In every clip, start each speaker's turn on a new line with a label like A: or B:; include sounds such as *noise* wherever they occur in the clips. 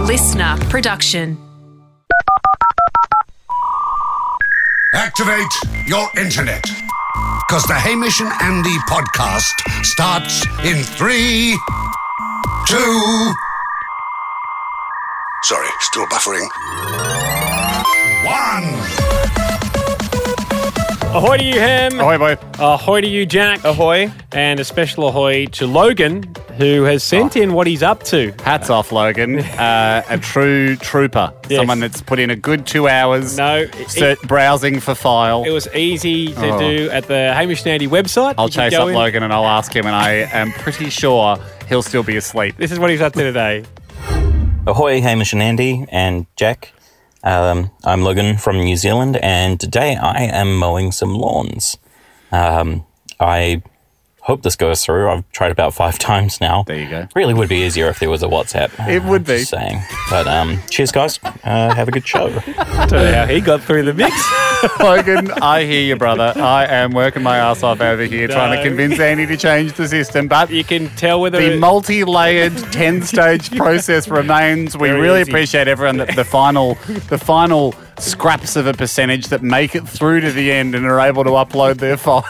A: listener production.
B: Activate your internet. Because the Hamish and Andy podcast starts in three, two. Sorry, still buffering. One.
C: Ahoy to you, Ham.
D: Ahoy, boy.
C: Ahoy to you, Jack.
E: Ahoy.
C: And a special ahoy to Logan, who has
D: Oh.
C: sent in what he's up to.
D: Hats
C: *laughs*
D: off, Logan. Uh, a true trooper.
C: Yes.
D: Someone that's put in a good two hours
C: No, it-
D: ser- browsing for file.
C: It was easy to
D: Oh.
C: do at the Hamish and Andy website.
D: I'll
C: You can
D: chase
C: go
D: up
C: in.
D: Logan and I'll ask him, and I am pretty sure he'll still be asleep. *laughs*
C: This is what he's up to today.
F: Ahoy, Hamish and Andy and Jack. Um, I'm Logan from New Zealand, and today I am mowing some lawns. Um, I hope this goes through. I've tried about five *laughs* times now.
D: There you go.
F: Really would be easier if there was a WhatsApp.
D: It would
F: Just
D: be.
F: saying. But um, cheers, guys. Uh, have a good show.
C: I don't know how he got through the mix.
D: *laughs* Logan, I hear you, brother. I am working my ass off over here trying
C: No.
D: to convince Andy to change the system, but
C: you can tell whether
D: the
C: it- *laughs*
D: multi layered 10 stage process remains. We
C: Very
D: really
C: easy.
D: appreciate everyone that the final, the final scraps of a percentage that make it through to the end and are able to upload their *laughs* file.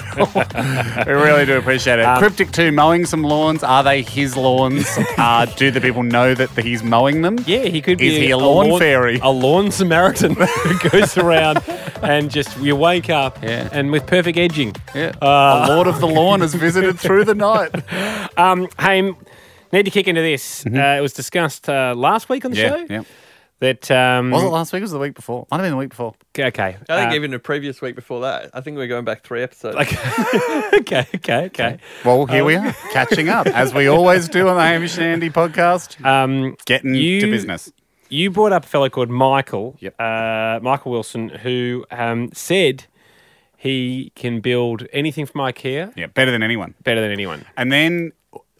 D: we really do appreciate it.
C: Um,
D: Cryptic 2 mowing some lawns. Are they
C: *laughs*
D: his lawns? uh, do the people know that he's mowing them?
C: yeah, he could be
D: Is he a lawn fairy?
C: a lawn Samaritan *laughs* who goes around and just you wake up
D: Yeah.
C: and with perfect edging.
D: Yeah.
C: Uh,
D: a lord of the lawn has visited through the night.
C: *laughs* Um, Ham, need to kick into this.
D: Mm-hmm.
C: Uh, it was discussed uh, last week on the show that um,
D: Was it last week? or Was it the week before? Might have been the week before.
C: okay.
E: I think
C: uh,
E: even the previous week before that, I think we're going back three episodes.
C: *laughs* okay, okay, okay.
D: Well, here
C: Um,
D: we are, catching up as we always do on the Hamish and Andy podcast.
C: Um,
D: Getting
C: you-
D: to business.
C: you brought up a fellow called Michael,
D: Yep.
C: uh, Michael Wilson, who um, said he can build anything from IKEA
D: Yeah, better than anyone.
C: better than anyone.
D: And then,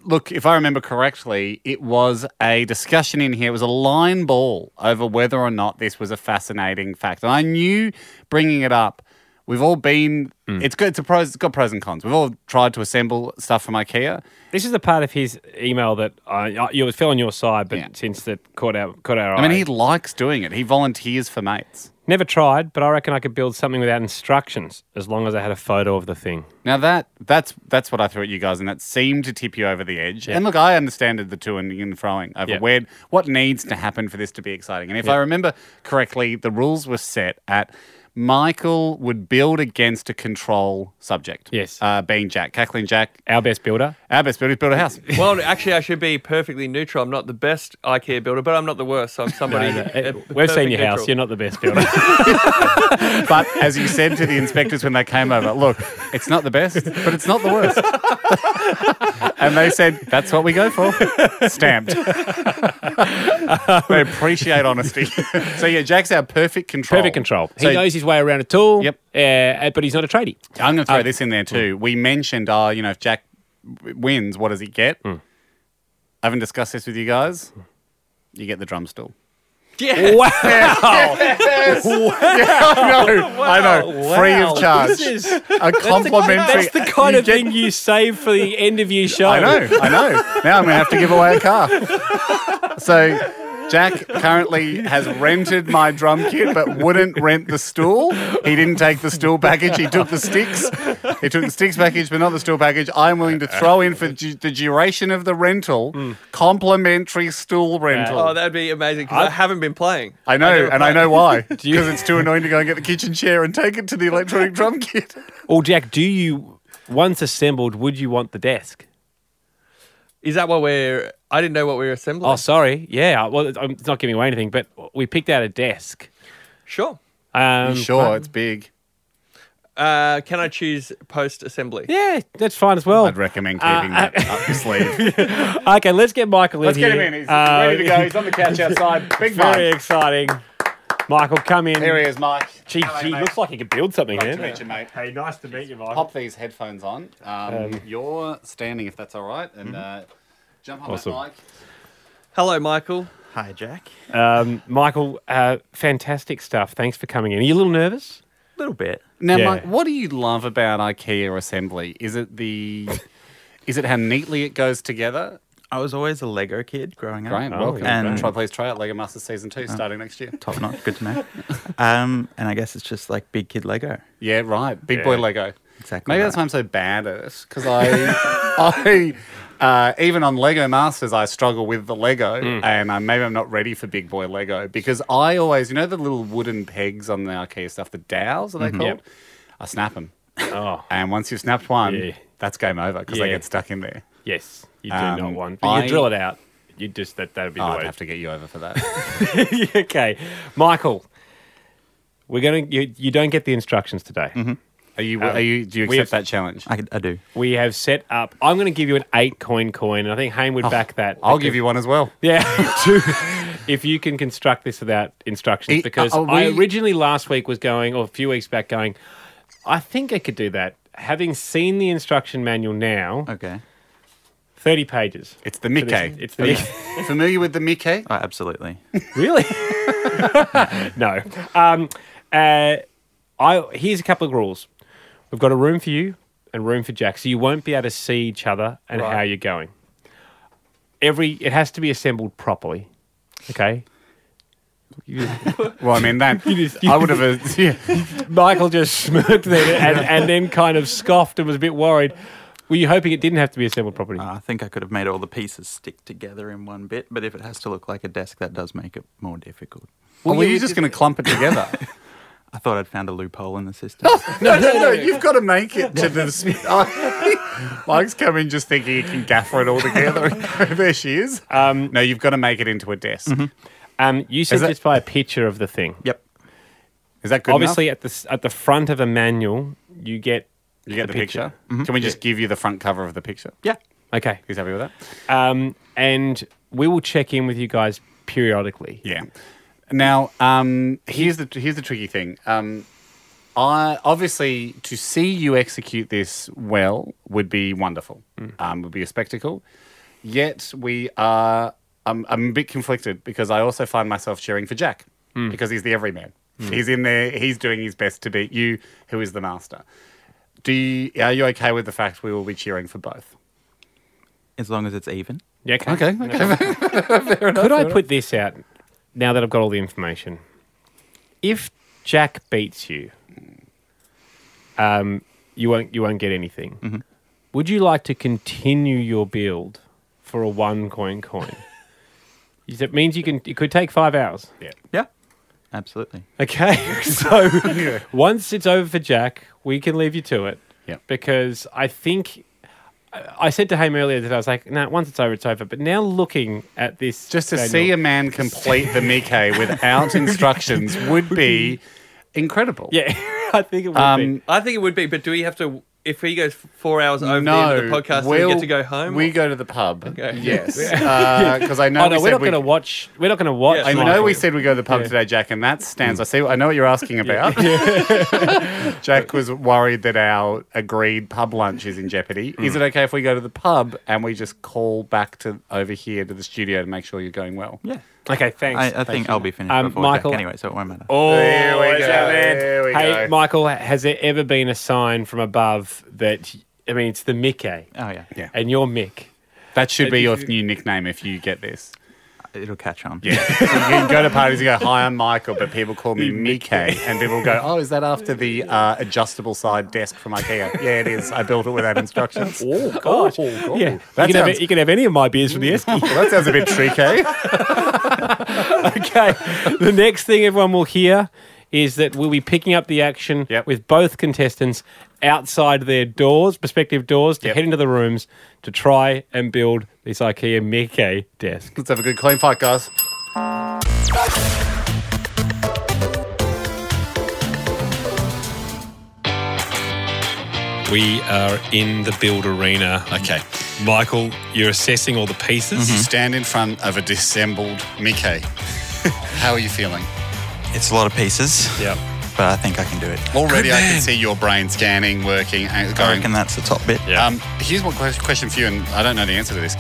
D: look, if I remember correctly, it was a discussion in here. It was a line ball over whether or not this was a fascinating fact. And I knew bringing it up. We've all been.
C: Hmm.
D: It's good. It's, a pros, it's got pros and cons. We've all tried to assemble stuff from IKEA.
C: This is the part of his email that I, I you fell on your side, but
D: Yeah.
C: since that caught our caught our
D: I mean,
C: eye.
D: he likes doing it. He volunteers for mates.
C: Never tried, but I reckon I could build something without instructions as long as I had a photo of the thing.
D: Now that that's that's what I threw at you guys, and that seemed to tip you over the edge. And look, I understand the to and, and froing over
C: Yeah.
D: where what needs to happen for this to be exciting. And if I remember correctly, the rules were set at Michael would build against a control subject.
C: Yes.
D: uh, being Jack, cackling Jack.
C: Our best builder.
D: Our best builder built
C: *laughs*
D: a house.
E: well, actually, I should be perfectly neutral. I'm not the best IKEA builder, but I'm not the worst. So I'm somebody.
C: Uh,
E: *laughs* a
C: We've seen
E: perfect
C: your house.
E: neutral.
C: You're not the best
D: *laughs*
C: builder.
D: but as you said to the inspectors when they came over, look, it's not the best, but it's not the worst.
C: *laughs*
D: and they said, that's what we go for. Stamped. they appreciate honesty. so, yeah, Jack's our perfect control.
C: Perfect control. He
D: So-
C: knows his way around a tool.
D: Yep.
C: Uh, but he's not a tradie.
D: I'm going to
C: Uh,
D: throw this in there
C: mm.
D: too. We mentioned, oh, you know, if Jack w- wins, what does he get?
C: Mm.
D: I haven't discussed this with you guys. You get the
C: *laughs*
D: drum stool. *laughs*
E: Yeah.
D: I know. I know. Free of charge.
C: This is-
D: a complimentary.
C: That's the kind
D: You
C: of thing *laughs* you save for the end of your show.
D: I know, I know. Now I'm going to have to give away a car. So Jack currently has rented my drum kit but wouldn't rent the stool. He didn't take the stool package. He took the sticks. He took the sticks package but not the stool package. I'm willing to throw in for du- the duration of the rental
C: Hmm.
D: complimentary stool rental.
E: oh, that'd be amazing because I haven't been playing.
D: I know,
E: never
D: and I
E: played.
C: *laughs*
D: know why. Because it's too annoying to go and get the kitchen chair and take it to the electronic drum kit.
C: Or Jack, do you once assembled, would you want the desk?
E: Is that what we're? I didn't know what we were assembling.
C: Oh, sorry. Yeah. Well, it's- I'm it's not giving away anything, but we picked out a desk.
E: sure.
C: Um,
D: Sure, it's big.
E: Uh, can I choose post assembly?
C: Yeah, that's fine as well.
D: I'd recommend keeping that up your sleeve.
C: Okay, let's get Michael in
D: Uh, *laughs* Let's
C: here.
D: get him in. He's
C: Uh,
D: ready to go. He's on
C: *laughs*
D: the couch outside. Big
C: Very
D: man.
C: exciting. Michael, come in.
D: Here he is, Mike.
C: Gee,
D: Hello,
C: gee,
D: mate.
C: looks like he could build something
D: Nice
C: here.
D: to meet you, mate.
C: Hey, nice to meet you, Michael.
D: Pop these headphones on. Um, you're standing, if that's all right, and uh, jump on
C: mm-hmm. Awesome.
D: that mic.
E: Hello, Michael.
G: Hi, Jack.
C: Um, Michael, uh, fantastic stuff. Thanks for coming in. Are you a little nervous?
G: A little bit.
D: Now,
C: Yeah.
D: Mike, what do you
C: *laughs*
D: love about IKEA assembly? Is it the, is it how neatly it goes together?
A: I was always a Lego kid growing up.
D: Great,
C: Oh,
D: welcome.
A: And-
D: try, please try out Lego Masters Season
C: Uh-huh.
D: 2 starting next year.
A: Top knot, good
C: *laughs*
A: to know. um, and I guess it's just like big kid Lego.
D: Yeah, right. Big boy Lego.
A: Exactly
D: Maybe
A: right.
D: that's why I'm so bad at it because *laughs* I, I, uh, even on Lego Masters, I struggle with the Lego,
C: Mm.
D: and I, maybe I'm not ready for big boy Lego because I always, you know, the little wooden pegs on the arcade stuff, the dowels are they
C: Mm-hmm.
D: called? I snap them,
C: Oh,
D: and once you've snapped one,
C: Yeah.
D: that's game over because they
C: Yeah.
D: get stuck in there.
C: yes. You do
D: Um,
C: not want.
D: I-
C: you drill it out. You just that that'd be
D: Oh,
C: the
D: I'd
C: way.
D: have to get you over for that.
C: *laughs* okay, Michael. We're gonna. You, you don't get the instructions today.
D: Mm-hmm. Are you? are you? Do you
C: Um, we
D: accept
C: have-
D: that challenge?
A: I, could- I do.
C: We have set up. I'm going to give you an eight coin coin. and I think Hayne would back that.
D: Oh, I'll give you one as well.
C: *laughs* Yeah.
D: *laughs*
C: two. if you can construct this without instructions,
D: E-
C: because
D: are
C: I
D: we-
C: originally last week was going, or a few weeks back, going. I think I could do that. Having seen the instruction manual now,
A: Okay.
C: thirty pages.
D: It's the Mickey.
C: It's the
D: Are you *laughs* familiar with the Mickey?
A: Oh, absolutely.
C: Really? *laughs* no. Um, uh, I here's a couple of rules. We've got a room for you and room for Jack, so you won't be able to see each other and how you're going. Every it has to be assembled properly. Okay. You-
D: Well, I mean *laughs* that. I would have. uh, Yeah.
C: Michael just smirked there *laughs* and, and then kind of scoffed and was a bit worried. Were you hoping it didn't have to be assembled properly?
A: I think I could have made all the pieces stick together in one bit, but if it has to look like a desk, that does make it more difficult.
D: Well, were you just going to clump it together?
A: I thought I'd found a loophole in the system.
D: *laughs* no, no, *laughs* no. You've got to make it to the. sp- *laughs* I- Mike's come in just thinking he can gaffer it all together. *laughs* there she is. Mm-hmm. Um, no, you've got to make it into a desk.
C: Um, you said
D: that-
C: just by a picture of the thing.
A: yep.
D: Is that good?
C: Obviously, at the s- at the front of a manual, you get
D: enough? you get the picture. Mm-hmm. Can we just give you the front cover of the picture?
A: Yeah.
C: Okay.
D: He's happy with that.
C: Um, and we will check in with you guys periodically.
D: Yeah. Now, um, here's the here's the tricky thing. Um, I obviously to see you execute this well would be wonderful. Um, would be a spectacle. Yet we are. I'm, I'm a bit conflicted because I also find myself cheering for Jack because he's the everyman. He's in there. He's doing his best to beat you, who is the master. Do you, are you okay with the fact we will be cheering for both?
A: As long as it's even.
C: Yeah, okay. okay, *laughs* Could I put this out now that I've got all the information? If Jack beats you, um, you won't you won't get anything. Would you like to continue your build for a one coin coin? *laughs* It means you can. It could take five hours. Yeah.
A: Yeah. Absolutely.
C: Okay, *laughs*
D: *laughs*
C: so once it's over for Jack, we can leave you to it.
D: Yep.
C: Because I think I I said to him earlier that I was like, no, once it's over, it's over. But now looking at this,
D: Just to see a man complete the Mikkei without instructions would be incredible.
C: yeah, *laughs* I think it would
D: Um,
C: be. Oh,
E: I think it would be, but do we have to? If he goes f- four hours over the
D: no,
E: end of the podcast, do
D: we'll,
E: we get to go home.
D: We
E: Or-
D: go to the pub.
E: Okay.
D: Yes,
E: *laughs*
D: because I know.
C: Oh no,
D: we
C: we're
D: said
C: not
D: we-
C: going to watch. We're not going to watch.
E: Yeah,
D: I know
C: Michael.
D: we said we go to the pub today, Jack, and that
E: Hmm.
D: stands. I see. I know what you're asking about. *laughs* Jack was worried that our agreed pub lunch is in jeopardy.
E: Hmm.
D: Is it okay if we go to the pub and we just call back to over here to the studio to make sure you're going well?
A: Yeah.
C: Okay, thanks.
A: I, I think I'll be finished
C: Um,
A: before
C: Michael-
A: Jack anyway, so it won't matter.
C: oh,
D: There we
C: is
D: go,
C: that man.
D: there we
C: hey,
D: go.
C: Michael, has there ever been a sign from above that? I mean, it's the Mickey,
A: Oh, yeah.
D: Yeah.
C: and you're Mick.
D: That should be your new nickname if you get this.
A: It'll catch on.
D: Yeah. so you can go to parties and go, hi, I'm Michael, but people call *laughs* me Mike. And people go, oh, is that after *laughs* the uh, adjustable side desk from IKEA? Yeah, it is. I built it without instructions. *laughs* oh, gosh.
C: Yeah, you
D: That
C: can,
D: sounds-
C: have, you can have any of my beers from the Esky.
D: Well, that sounds a bit *laughs* tricky.
C: Okay. *laughs* the next thing everyone will hear is that we'll be picking up the action
D: Yep.
C: with both contestants outside their doors, prospective doors, to
D: Yep.
C: head into the rooms to try and build this IKEA Mickey desk.
D: Let's have a good clean fight, guys.
C: We are in the build arena.
G: Okay.
C: Michael, you're assessing all the pieces.
D: Mm-hmm.
G: Stand in front of a dissembled Mickey. *laughs* How are you feeling?
A: It's a lot of pieces,
C: Yeah.
A: but I think I can do it.
G: Already I can see your brain scanning, working, and
A: I
G: going.
A: reckon that's the top bit.
C: Yeah.
G: Um, here's one que- question for you, and I don't know the answer to this.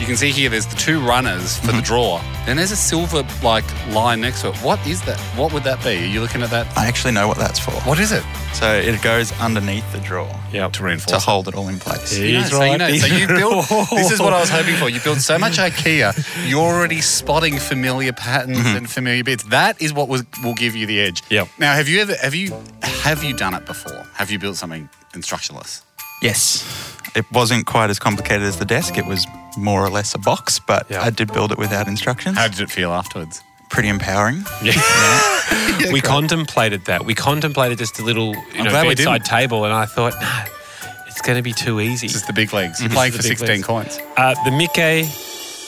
D: You can see here there's the two runners for the draw. Then there's a silver like line next to it. What is that? What would that be? Are you looking at that?
A: I actually know what that's for.
D: What is it?
A: So it goes underneath the drawer
H: Yeah.
D: To
A: to
D: reinforce. it.
A: hold it all in place.
D: You know, so, you know, so you build. This is what I was hoping for. You build so much IKEA, you're already spotting familiar patterns and familiar bits. That is what was, will give you the edge.
H: Yep.
D: Now, have you ever have you have you done it before? Have you built something instructionless?
A: Yes. It wasn't quite as complicated as the desk. It was more or less a box, but
H: Yeah.
A: I did build it without instructions.
D: How did it feel afterwards?
A: Pretty empowering.
C: we contemplated that. We contemplated just a little you know,
D: glad we
C: bedside table, and I thought, no, it's going to be too easy.
D: This is the big leagues. You're playing
C: the
D: for
C: big
D: 16
C: leagues.
D: coins.
C: Uh, the Mickey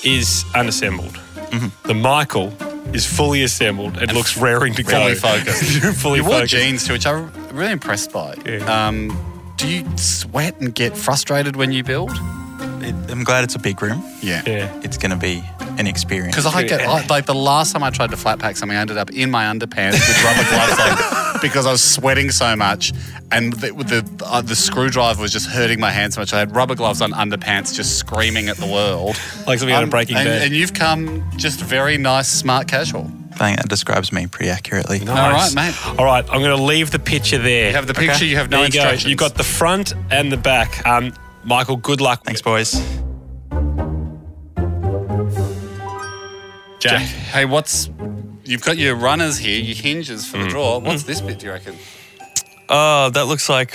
C: is unassembled.
D: Mm-hmm.
C: The Michael is fully assembled and, looks raring to go.
D: Fully focused.
C: *laughs* fully
D: you wore
C: focused.
D: jeans too, which I'm really impressed by. Um, do you sweat and get frustrated when you build?
A: It, I'm glad it's a big room.
D: Yeah.
C: Yeah.
A: It's going to be an experience.
D: Because I get I, like the last time I tried to flat pack something, I ended up in my underpants with rubber
C: *laughs*
D: gloves on because I was sweating so much, and the the, uh, the screwdriver was just hurting my hand so much. I had rubber gloves on, underpants, just screaming at the world. Um,
C: Like something out of Breaking
D: and,
C: Bad.
D: And you've come just very nice, smart, casual.
A: I think that describes me pretty accurately.
D: All right,
C: Nice.
D: mate.
C: All right, I'm going to leave the picture there.
D: You have the picture. You have no
C: there you
D: instructions.
C: go. You've got the front and the back. Um, Michael, good luck.
A: Thanks, boys.
D: Jack. Hey, what's you've got your runners here, your hinges for the draw. What's this bit? Do you reckon?
E: Oh, that looks like.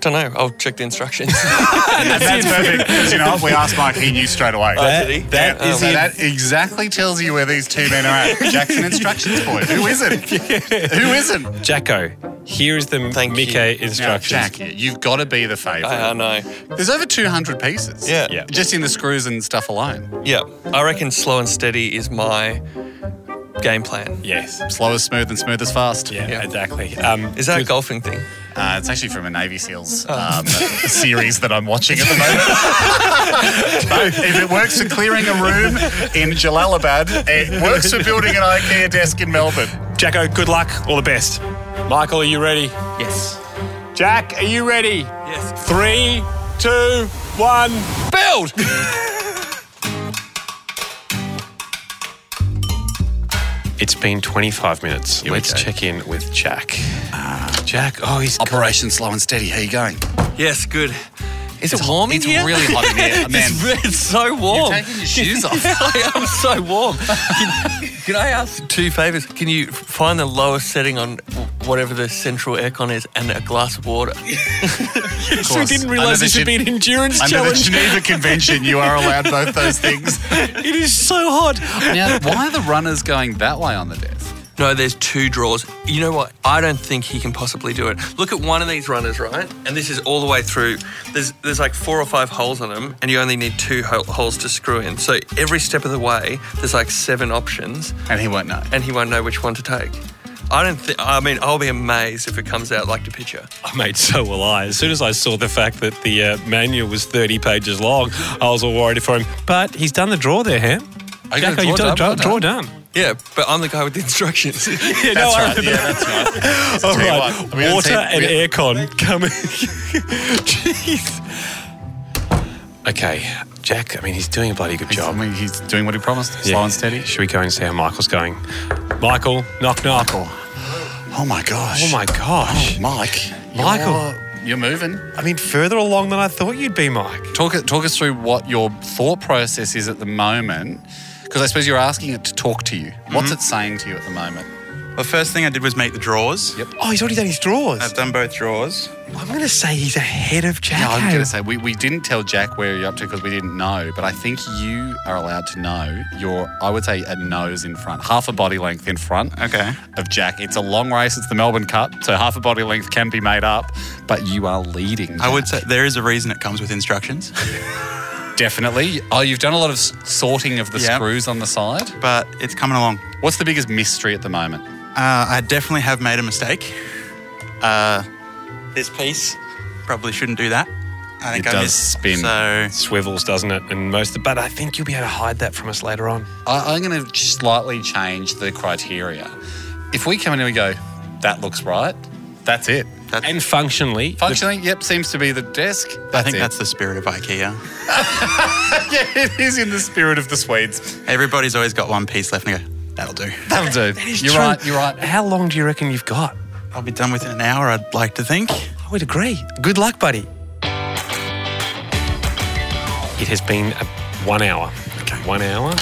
E: Don't know. I'll check the instructions.
I: That's *laughs* perfect. 'cause, you know, if we asked Mike, he knew straight away.
E: That- Did he?
C: that
D: So
C: is it.
D: that exactly tells you where these two men are at. Jackson instructions for it. Who isn't? Who isn't?
C: Jacko, here is the
E: Thank
C: Mickey
E: you.
D: Now,
C: instructions.
D: Jack, you've got to be the favourite.
E: I, I know.
D: There's over 200 pieces.
E: Yeah.
C: Yeah.
D: Just in the screws and stuff alone.
E: Yeah. I reckon slow and steady is my game plan.
C: Yes.
D: Slow is smooth and smooth is fast.
C: Yeah,
E: Yeah.
C: exactly. Um,
E: Is that a golfing thing?
D: Uh, it's actually from a Navy SEALs um, *laughs* series that I'm watching at the moment. But if it works for clearing a room in Jalalabad, it works for building an IKEA desk in Melbourne.
C: Jacko, good luck. All the best. Michael, are you ready?
A: Yes.
C: Jack, are you ready?
E: Yes.
C: Three, two, one. *laughs*
E: Build!
C: It's been 25 minutes. Let's check in with Jack. Jack, oh, he's
D: Operation *laughs* Slow and Steady, how you going?
E: Yes, good. Is it warm in
D: it's
E: here? *laughs*
D: really hot in here. Man,
E: It's, re- it's so warm.
D: taking your shoes off.
E: *laughs* I am so warm. Can, can I ask two favors? Can you find the lowest setting on whatever the central aircon is and a glass of water?
C: we didn't realize
D: Under the
C: this would be
D: Gen-
C: an
D: *laughs*
C: endurance
D: under the
C: challenge.
D: Geneva Convention, you are allowed both those *laughs* things.
C: *laughs* it is so hot.
D: Now, why are the runners going that way on the desk?
E: No, there's two draws. You know what? I don't think he can possibly do it. Look at one of these runners, right? And this is all the way through. There's there's like four or five holes in them, and you only need two ho- holes to screw in. So every step of the way, there's like seven options,
D: And he won't know.
E: and he won't know which one to take. I don't think. I mean, I'll be amazed if it comes out like the picture.
C: Oh, *laughs* mate, so will I. As soon as I saw the fact that the uh, manual was 30 pages long, I was all worried for him. But he's done the draw there, Ham.
D: I got
C: Jacko,
D: a
C: you've done the
D: draw
C: draw, draw
D: done, *laughs*
C: done.
E: Yeah, but I'm the guy with the instructions.
C: Yeah,
D: That's
C: I
D: right.
C: remember
D: Yeah, that's right.
C: All
D: Tell you
C: right,
D: what, we haven't
C: water
D: seen-
C: and
D: we-
C: aircon coming. *laughs* Jeez. Okay, Jack. I mean, he's doing a bloody good
D: He's, I
C: job.
D: mean, he's doing what he promised,
C: Yeah.
D: slow and steady.
C: Should we go and see how Michael's going? Michael, knock knock.
D: Oh my gosh.
C: Oh my gosh.
D: Mike.
C: Michael.
D: You're, you're moving.
C: I mean, further along than I thought you'd be, Mike.
D: Talk, talk us through what your thought process is at the moment, because I suppose you're asking it to talk to you.
C: Mm-hmm.
D: What's it saying to you at the moment?
A: The first thing I did was make the drawers. Yep.
C: Oh, he's already done his draws.
A: I've done both drawers.
C: I'm going to say he's ahead of Jack.
D: Yeah, I was going to say, we, we didn't tell Jack where you're up to because we didn't know, but I think you are allowed to know your, I would say, a nose in front, half a body length in front
A: Okay.
D: of Jack. It's a long race, it's the Melbourne Cup, so half a body length can be made up, but you are leading.
A: I would
D: Jack.
A: say there is a reason it comes with instructions,
D: Definitely. Oh, you've done a lot of s- sorting of the
A: Yeah.
D: screws on the side.
A: but it's coming along.
D: What's the biggest mystery at the moment?
A: Uh, I definitely have made a mistake. Uh, this piece probably shouldn't do that. I think
D: It
A: I
D: does
A: missed.
D: spin.
A: So
C: Swivels, doesn't it? And most, but I think you'll be able to hide that from us later on.
D: I, I'm going to slightly change the criteria. If we come in and we go, that looks right, that's it.
A: That's,
C: And functionally, the-
D: Functionally, yep, seems to be the desk. That's
A: I think
D: it.
A: that's the spirit of IKEA.
D: *laughs* yeah, it is in the spirit of the Swedes.
A: Everybody's always got one piece left and they go, that'll do.
D: That'll do. you're
C: true.
D: right. You're right.
C: How long do you reckon you've got?
A: I'll be done within an hour, I'd like to think.
C: I would agree. Good luck, buddy. It has been a, one hour. One hour.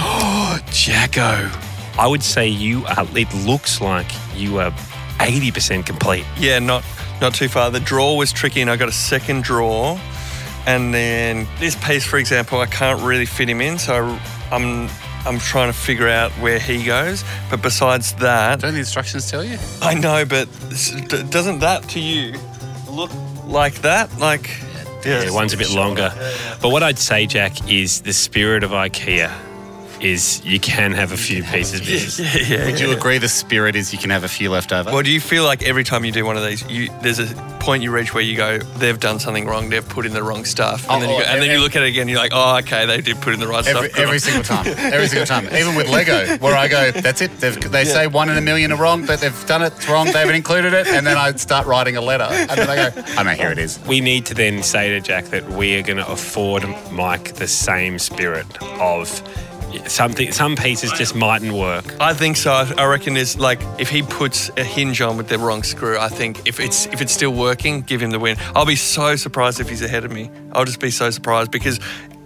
C: Oh, Jacko. I would say you are, it looks like you are 80% complete.
I: Yeah, not not too far. The draw was tricky, and I got a second draw. And then this piece, for example, I can't really fit him in, so I, am I'm trying to figure out where he goes. But besides that,
D: Don't the instructions tell you?
I: I know, but s- d- doesn't that to you look like that? Like, yeah,
C: Yeah, one's a bit longer. But what I'd say, Jack, is the spirit of IKEA is you can have a few pieces. business.
I: Yeah, yeah,
D: Would you agree the spirit is you can have a few left over?
I: Well, do you feel like every time you do one of these, you, there's a point you reach where you go, they've done something wrong, they've put in the wrong stuff, and then
D: Oh,
I: you go,
D: oh,
I: and then you
D: ev-
I: look at it again, you're like, oh, okay, they did put in the right
D: Every,
I: stuff. Good
D: every
I: on-
D: single time. Every single time. Even with Lego, where I go, that's it. They've, they say one in a million are wrong, but they've done it wrong. They haven't included it. And then I start writing a letter. And then I go, oh, no, here it is.
C: We need to then say to Jack that we are going to afford Mike the same spirit of something. Some pieces just mightn't work.
I: I think so. I I reckon there's like if he puts a hinge on with the wrong screw, I think if it's if it's still working, give him the win. I'll be so surprised if he's ahead of me. I'll just be so surprised because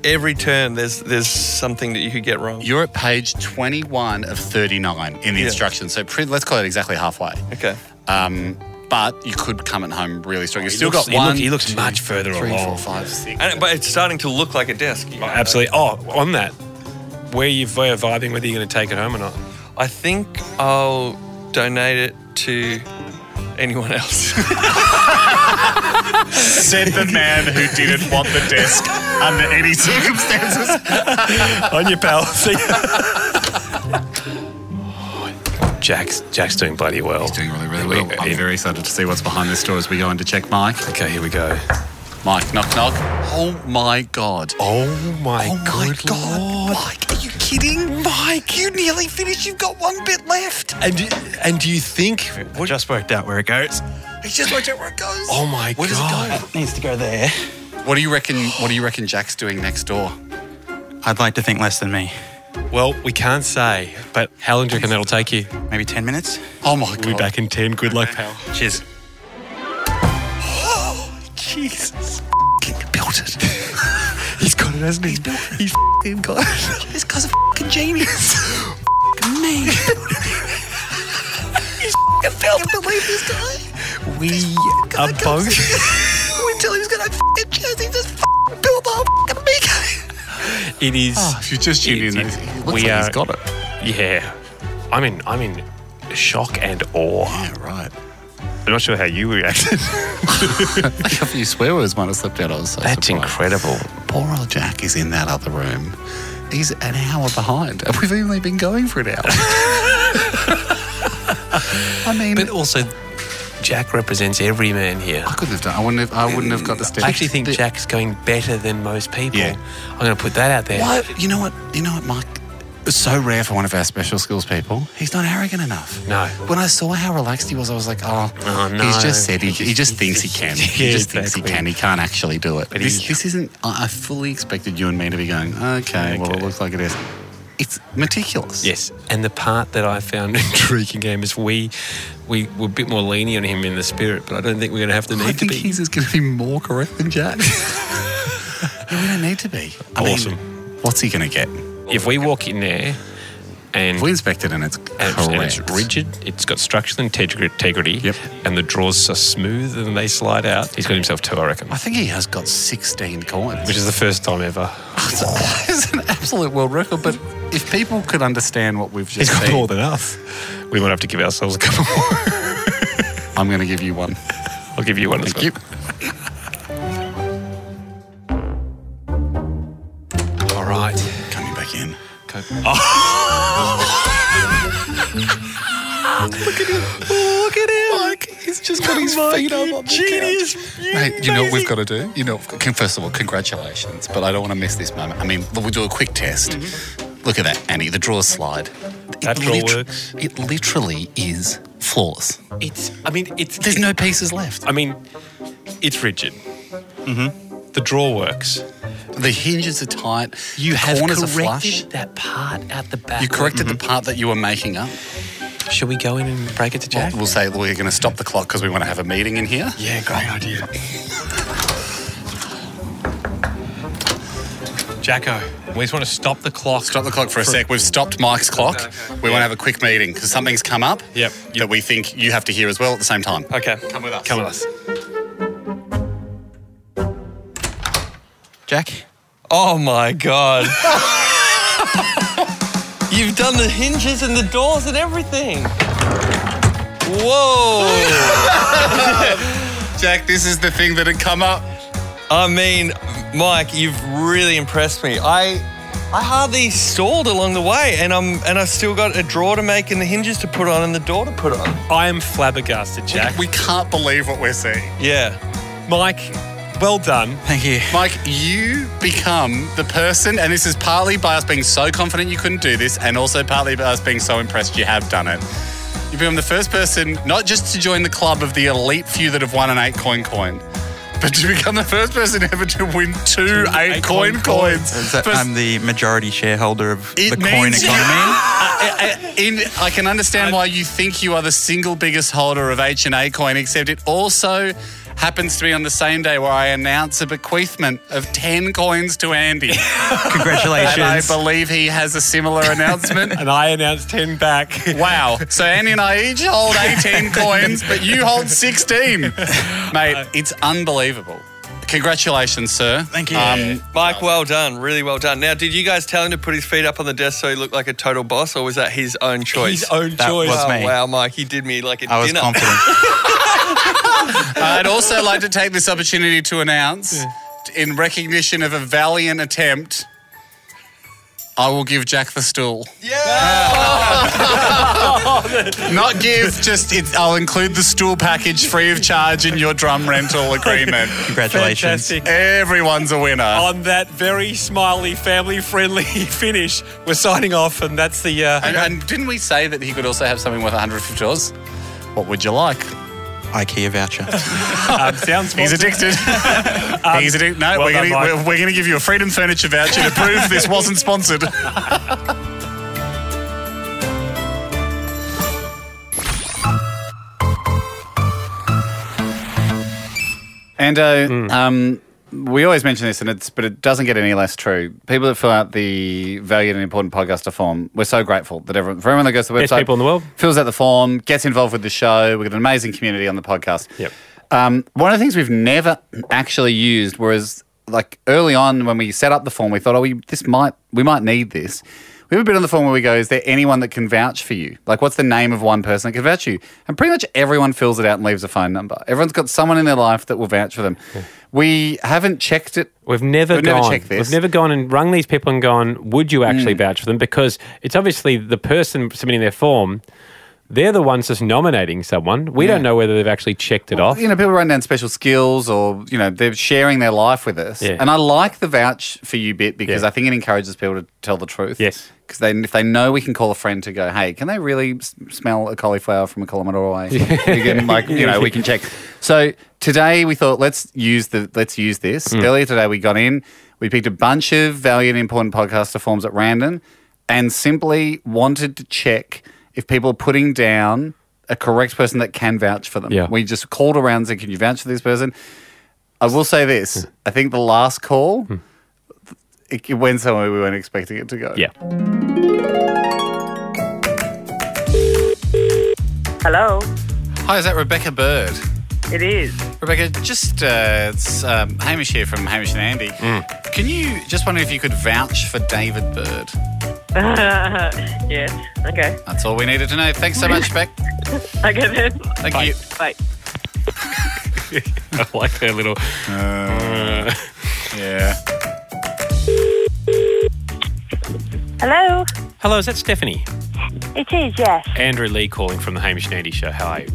I: every turn there's there's something that you could get wrong.
D: You're at page 21 of 39 in the
I: Yeah.
D: instructions. So pre- let's call it exactly halfway.
I: okay.
D: Um, but you could come at home really strong. You've
C: He
D: still
C: looks-
D: got
C: he look-
D: one.
C: he looks
D: two,
C: much further
D: three,
C: along.
D: four, five, six.
I: And, but it's starting to look like a desk. you know.
C: Absolutely. Oh, on that, where you where you're vibing, whether you're going to take it home or not.
I: I think I'll donate it to anyone else. *laughs*
D: Said the man who didn't want the desk under any circumstances.
C: on your pal. See Jack's Jack's doing bloody well.
D: Doing really, really
C: We-
D: well. I'm very excited to see what's behind this door as we go in to check Mike.
C: Okay, here we go.
D: Mike, knock, knock. Oh my God.
C: Oh my, good Lord.
D: Mike, are you kidding? Mike, you nearly finished. You've got one bit left.
C: And and do you think?
A: I just worked out where it goes.
D: He just worked out where it goes.
C: Oh my
D: Where does it
C: god!
A: It needs to go there.
D: What do you reckon? What do you reckon Jack's doing next door?
A: I'd like to think less than me.
C: Well, we can't say. But how long do you reckon that'll take you?
A: Maybe 10 minutes?
D: Oh my
C: We'll be
D: God.
C: back in ten. Good luck, pal.
A: Cheers.
D: Jesus. F***ing built it. He's got it, hasn't he? He's built it. He's f***ing got it. This guy's a f***ing genius. F***ing me. He's f***ing built it. believe this guy. We are both. we tell him he's got a f***ing chance. He just f***ing built the whole f***ing big
C: It is.
D: Ah, If you just tuned in,
C: we are-
D: it.
C: Yeah. I'm in. I'm in shock and awe.
D: Yeah, *laughs* right.
C: I'm not sure how you reacted.
D: Like a few swear words might have slipped out. I was
C: *laughs*
D: so
C: That's
D: surprised.
C: incredible.
D: Poor old Jack is in that other room. He's an hour behind. *laughs* and We've only been going for an hour. *laughs* I mean,
C: But also, Jack represents every man here.
D: I couldn't have done. I wouldn't have. I wouldn't have got the step.
C: I actually think Jack's going better than most people.
D: Yeah.
C: I'm going to put that out there.
D: Why? You know what? You know what, Mike? It's so rare for one of our special skills people. He's not arrogant enough.
C: No.
D: When I saw how relaxed he was, I was like, oh,
C: Oh, no.
D: he's just said he, he just thinks
C: *laughs*
D: he can. He
C: Yeah,
D: just thinks he
C: exactly.
D: can. He can't actually do it. this,
C: he-
D: this isn't. I I fully expected you and me to be going. Okay, well, it
C: Okay.
D: looks like it is. It's meticulous.
C: Yes, and the part that I found *laughs* intriguing game is we we were a bit more lenient on him in the spirit, but I don't think we're going to have to need
D: I
C: to
D: think
C: be.
D: he's is going to be more correct than *laughs* Jack. yeah, we don't need to be. I mean,
C: Awesome.
D: what's he going to get?
C: if we walk in there and,
D: If we inspect it and it's correct.
C: and it's, and it's rigid, it's got structural integri- integrity,
D: Yep.
C: and the draws are smooth and they slide out, he's got himself two, I reckon,
D: I think he has got 16 coins, *laughs*
C: which is the first time ever.
D: is an absolute world record. But if people could understand what we've
C: He's
D: just
C: got
D: seen,
C: more than us. We might have to give ourselves a couple more. *laughs*
D: I'm going to give you *laughs* one.
C: I'll give you one as well.
D: Thank
C: All right.
D: Coming back in. *laughs* Look at him! Look at him! Mike, he's just got his feet up on the genius. Mate, you know what we've got to do? You know, con- first of all, congratulations, but I don't want to miss this moment. I mean, we'll do a quick test. Mm-hmm. Look at that, Annie. The drawer slide. It
C: That drawer
D: lit-
C: works.
D: It literally is flawless.
F: It's. I mean, it's.
D: There's no pieces left.
F: I mean, it's rigid. Mm-hmm. The draw works.
D: The hinges are tight.
F: You
D: the
F: have
D: corners are
F: corrected
D: flush.
F: that part at the back.
D: You corrected the part that you were making up.
F: Should we go in and break it to Jack?
D: We'll say we're going to stop the clock because we want to have a meeting in here.
F: yeah, great idea. Jacko, we just want to stop the clock.
D: Stop the clock for a sec. We've stopped Mike's clock.
E: Okay, okay.
D: We want to have a quick meeting because something's come up
F: Yep.
D: that we think you have to hear as well at the same time.
E: Okay.
D: Come with us.
F: Come with us.
A: Jack?
E: Oh my god. You've done the hinges and the doors and everything. Whoa.
D: Jack, this is the thing that had come up.
E: I mean, Mike, you've really impressed me. I I hardly stalled along the way and I'm and I've still got a drawer to make and the hinges to put on and the door to put on.
F: I am flabbergasted, Jack.
D: We can't believe what we're seeing.
E: Yeah.
F: Mike, well done.
A: Thank you.
D: Mike, you become the person, and this is partly by us being so confident you couldn't do this, and also partly by us being so impressed you have done it. You become the first person, not just to join the club of the elite few that have won an eight coin coin, but to become the first person ever to win two eight coin coins.
A: Is that
D: First-
A: I'm the majority shareholder of
D: It
A: the coin
D: means-
A: economy.
F: *laughs*
D: I, I, in, I can understand why you think you are the single biggest holder of H and A coin, except it also happens to be on the same day where I announce a bequeathment of ten coins to Andy,
A: *laughs* Congratulations.
D: and I believe he has a similar announcement.
F: *laughs* And I announced 10 back.
D: Wow. So Andy and I each hold
A: *laughs*
D: 18 coins, but you hold 16. Mate, it's unbelievable. Congratulations, sir. Um,
A: Thank you.
F: Um,
E: Mike, well done. Really well done. Now, did you guys tell him to put his feet up on the desk so he looked like a total boss or was that his own choice?
F: His own
A: That
F: choice.
A: was
E: Oh,
A: me.
E: wow, Mike, he did me like a
A: I was
E: dinner.
A: confident.
F: *laughs*
D: I'd also like to take this opportunity to announce, in recognition of a valiant attempt, I will give Jack the stool. Yeah! *laughs* Not give, just it's, I'll include the stool package free of charge in your drum rental agreement.
A: *laughs* Congratulations.
F: Fantastic.
D: Everyone's a winner.
C: Oh,
F: On that very smiley, family friendly *laughs* finish, we're signing off, and that's the. Uh,
D: And, and didn't we say that he could also have something worth $150? What would you like?
A: IKEA voucher.
F: um, sounds Um,
D: He's
F: *laughs*
D: addicted. He's addicted. No,
F: well
D: we're
F: done,
D: going
F: Mike.
D: we're, we're gonna give you a Freedom Furniture voucher to prove this wasn't sponsored.
J: And uh,
F: Hmm.
J: um, we always mention this, and it's but it doesn't get any less true. People that fill out the valued and important podcaster form, we're so grateful that everyone, for everyone that goes to the website,
C: Best people in the world.
J: fills out the form, gets involved with the show. We've got an amazing community on the podcast.
C: Yep.
J: Um, one of the things we've never actually used, whereas like early on when we set up the form, we thought, oh, we this might we might need this. We have a bit on the form where we go, is there anyone that can vouch for you? Like, what's the name of one person that can vouch you? And pretty much everyone fills it out and leaves a phone number. Everyone's got someone in their life that will vouch for them.
C: Hmm.
J: We haven't checked it.
C: We've never
J: We've never
C: gone.
J: checked this. Mm.
C: We've never gone and rung these people and gone, would you actually vouch for them? Because it's obviously the person submitting their form, they're the ones just nominating someone. We don't know whether they've actually checked it off.
J: You know, people write down special skills or, you know, they're sharing their life with us.
C: Yeah.
J: And I like the vouch for you bit because
C: Yeah.
J: I think it encourages people to tell the truth.
C: Yes.
J: Because they, if they know we can call a friend to go, hey, can they really s- smell a cauliflower from a kilometre
C: *laughs*
J: away? we can, like, you know, we can check. So today we thought let's use the let's use this.
C: Mm.
J: Earlier today we got in, we picked a bunch of valued and important podcaster forms at random, and simply wanted to check if people are putting down a correct person that can vouch for them.
C: Yeah.
J: We just called around and said, can you vouch for this person? I will say
C: Hmm.
J: this. I think the last call. It it went somewhere we weren't expecting it to go.
C: Yeah.
K: Hello,
D: Hi, is that Rebecca Bird?
K: it is.
D: Rebecca, just uh, it's um, Hamish here from Hamish and Andy.
K: Mm.
D: Can you just wonder if you could vouch for David Bird?
K: *laughs* yes, okay.
D: That's all we needed to know. Thanks
K: *laughs*
D: so much, Beck.
K: Okay then.
D: Thank you.
K: Bye.
J: *laughs*
F: I like their little.
J: uh,
D: Yeah.
I: Hello,
C: Hello, is that Stephanie?
I: it is, yes.
C: Andrew Lee calling from the Hamish and Andy Show. How are you?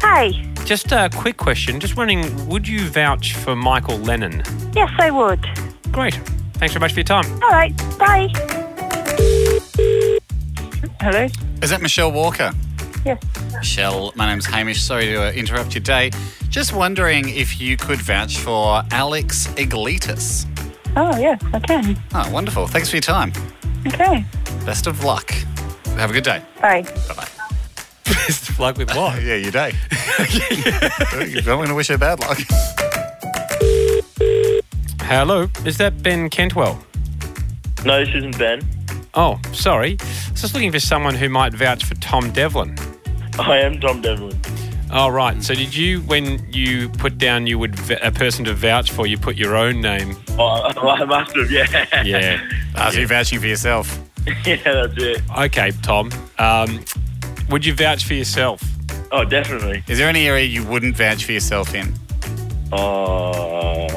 I: Hi,
C: Just a quick question. Just wondering, would you vouch for Michael Lennon?
I: yes, I would.
C: Great. Thanks very much for your time.
I: All right, bye.
K: Hello?
D: Is that Michelle Walker?
I: Yes.
D: Michelle, my name's Hamish. Sorry to uh, interrupt your day. Just wondering if you could vouch for Alex Iglitis.
I: Oh, yes, I can.
D: Oh, wonderful. Thanks for your time.
I: Okay.
D: Best of luck. Have a good day.
I: Bye.
E: Like with what?
D: Oh, Yeah, your *laughs* day. I'm going to wish her bad luck.
C: Hello, is that Ben Kentwell?
L: No, this isn't Ben.
C: Oh, sorry. I was just looking for someone who might vouch for Tom Devlin.
L: I am Tom Devlin.
C: Oh, right. So did you, when you put down you would v- a person to vouch for, you put your own name?
L: Oh, I must have, yeah. *laughs*
C: Yeah.
D: Ah, so you're vouching for yourself.
L: yeah, that's it.
C: *laughs* Okay, Tom. Um, would you vouch for yourself?
L: Oh, definitely.
D: Is there any area you wouldn't vouch for yourself in?
L: Oh.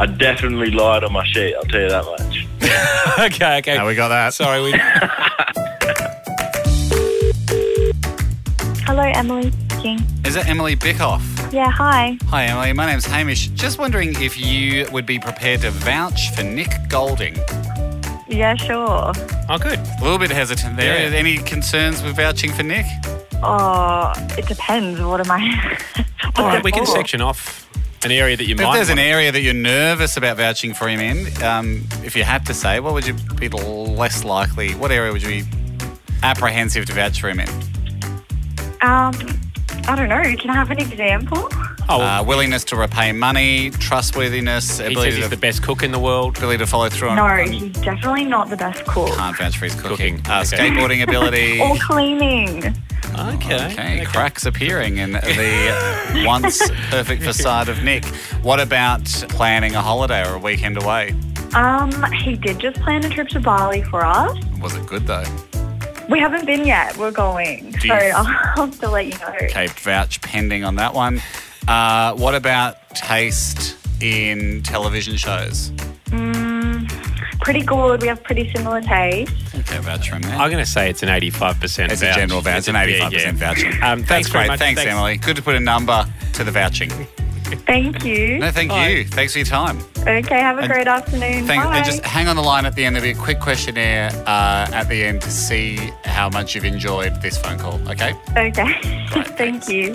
L: I definitely lied on my sheet, I'll tell you that much.
C: *laughs* okay, okay.
D: Now we got that.
C: Sorry, we.
I: Hello, Emily speaking.
D: Is that Emily Bickoff?
I: Yeah, hi.
D: Hi, Emily. My name's Hamish. Just wondering if you would be prepared to vouch for Nick Golding.
I: Yeah, sure.
C: Oh, good.
D: A little bit hesitant there.
C: Yeah.
D: Any concerns with vouching for Nick?
I: Oh, it depends. What am I? *laughs* What's
C: All right,
I: it
C: we can
I: for?
C: section off an area that you
D: If
C: might.
D: there's an
C: want-
D: area that you're nervous about vouching for him in, um, if you had to say, what would you be less likely? What area would you be apprehensive to vouch for him in?
I: Um, I don't know. Can I have an example?
C: oh,
D: Uh, willingness to repay money, trustworthiness,
C: he says
D: ability
C: he's
D: to,
C: the best cook in the world.
D: ability to follow through on,
I: No,
D: on
I: he's definitely not the best cook.
D: can't vouch for his cooking,
C: Cooking.
D: Uh,
C: Okay.
D: skateboarding
I: *laughs*
D: ability.
I: Or cleaning.
C: Okay.
D: Okay, cracks appearing in the *laughs* once perfect facade of Nick. What about planning a holiday or a weekend away?
I: Um, he did just plan a trip to Bali for us.
D: Was it good though?
I: We haven't been yet. We're going.
D: Do
I: So *laughs*
D: you-
I: I'll have to let you know.
D: Okay, vouch pending on that one. Uh, what about taste in television shows?
I: Mm, pretty good. We have pretty similar taste.
D: Okay, vouch from there.
C: I'm going to say it's an 85%
D: It's a
C: vouch.
D: general vouch,
C: It's
D: an
C: a-
D: 85%
C: yeah, yeah.
D: voucher.
C: Um,
D: That's
C: thanks very
D: great.
C: much.
D: Thanks,
C: Thanks.
D: Emily. Good to put a number to the vouching.
I: Thank you.
D: No, thank
C: Bye.
D: you. Thanks for your time.
I: Okay, have a
D: And-
I: great afternoon.
D: Thanks.
I: Bye.
D: And just hang on the line at the end. There'll be a quick questionnaire uh, at the end to see how much you've enjoyed this phone call. Okay.
I: *laughs* okay. *laughs* Thank you.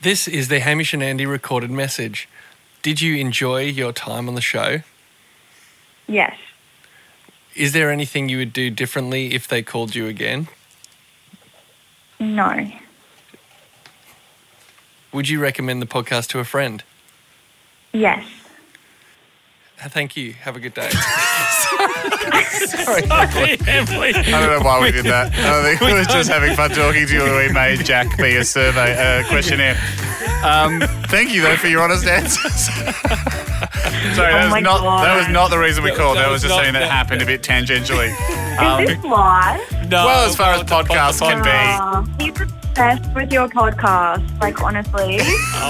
E: This is the Hamish and Andy recorded message. Did you enjoy your time on the show?
I: Yes.
E: Is there anything you would do differently if they called you again?
I: No.
E: Would you recommend the podcast to a friend?
I: Yes.
E: Uh, Thank you. Have a
M: *laughs*
E: good day.
D: *laughs* I don't know why we did that. I think we were *laughs* just having fun talking to you, and we made Jack be a survey uh, questionnaire. Um, thank you though for your honest *laughs* answers. Sorry,
I: Oh
D: that
I: my
D: was not that was
I: God.
D: not the reason we called. That,
C: that
D: was
C: was
D: just
C: not-
D: something that
C: that-
D: happened a bit *laughs* tangentially.
I: Is
D: Um,
I: this live?
C: No,
D: well, as far as podcasts can be,
I: Aw, he's obsessed with your podcast. Like
D: *laughs*
I: honestly,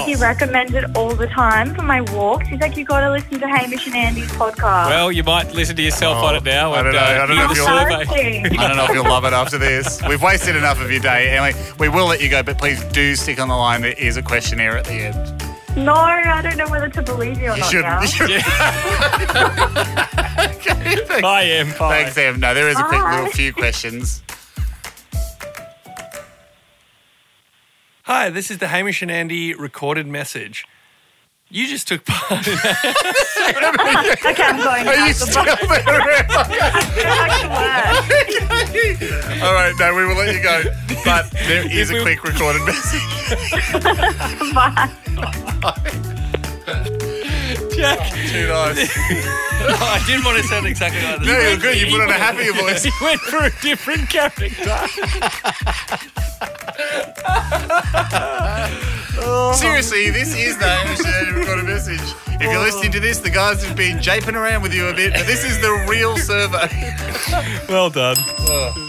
I: he recommends it all the time for my walks. He's like, you got to listen to Hamish and Andy's podcast.
C: well, you might listen to yourself on it now.
D: I
C: and, uh,
D: don't know. I don't know
C: do
D: if
C: the
D: you'll-
C: survey.
I: Embarrassing.
D: I don't know if you'll love it after this. We've wasted enough of your day, Emily. We will let you go, but please do stick on the line. There is a questionnaire at the end.
I: no, I don't know whether to believe you or
D: You
I: not.
D: shouldn't.
I: now.
D: You shouldn't. *laughs* okay, thanks.
C: I am. Bye.
D: Thanks, Em. No, there is a quick
I: Bye.
D: little few
I: *laughs*
D: questions.
E: Hi, this is the Hamish and Andy recorded message. You just took part in
I: Okay, I'm
D: *laughs*
I: going.
D: Are you
I: back.
D: still there?
I: Go back to
D: *laughs*
I: work.
D: All right, no, we will let you go. But there is a
C: we-
D: quick recorded message. *laughs*
E: Jack.
C: *laughs*
D: Too nice.
E: I didn't want to sound exactly like this.
D: No, you're good. You put on a happier voice.
C: He went for a different character.
D: Seriously, this is the Hamish and Andy recorded message. If you're listening to this, the guys have been japing around with you a bit, but this is the real survey.
C: well done.
F: Oh.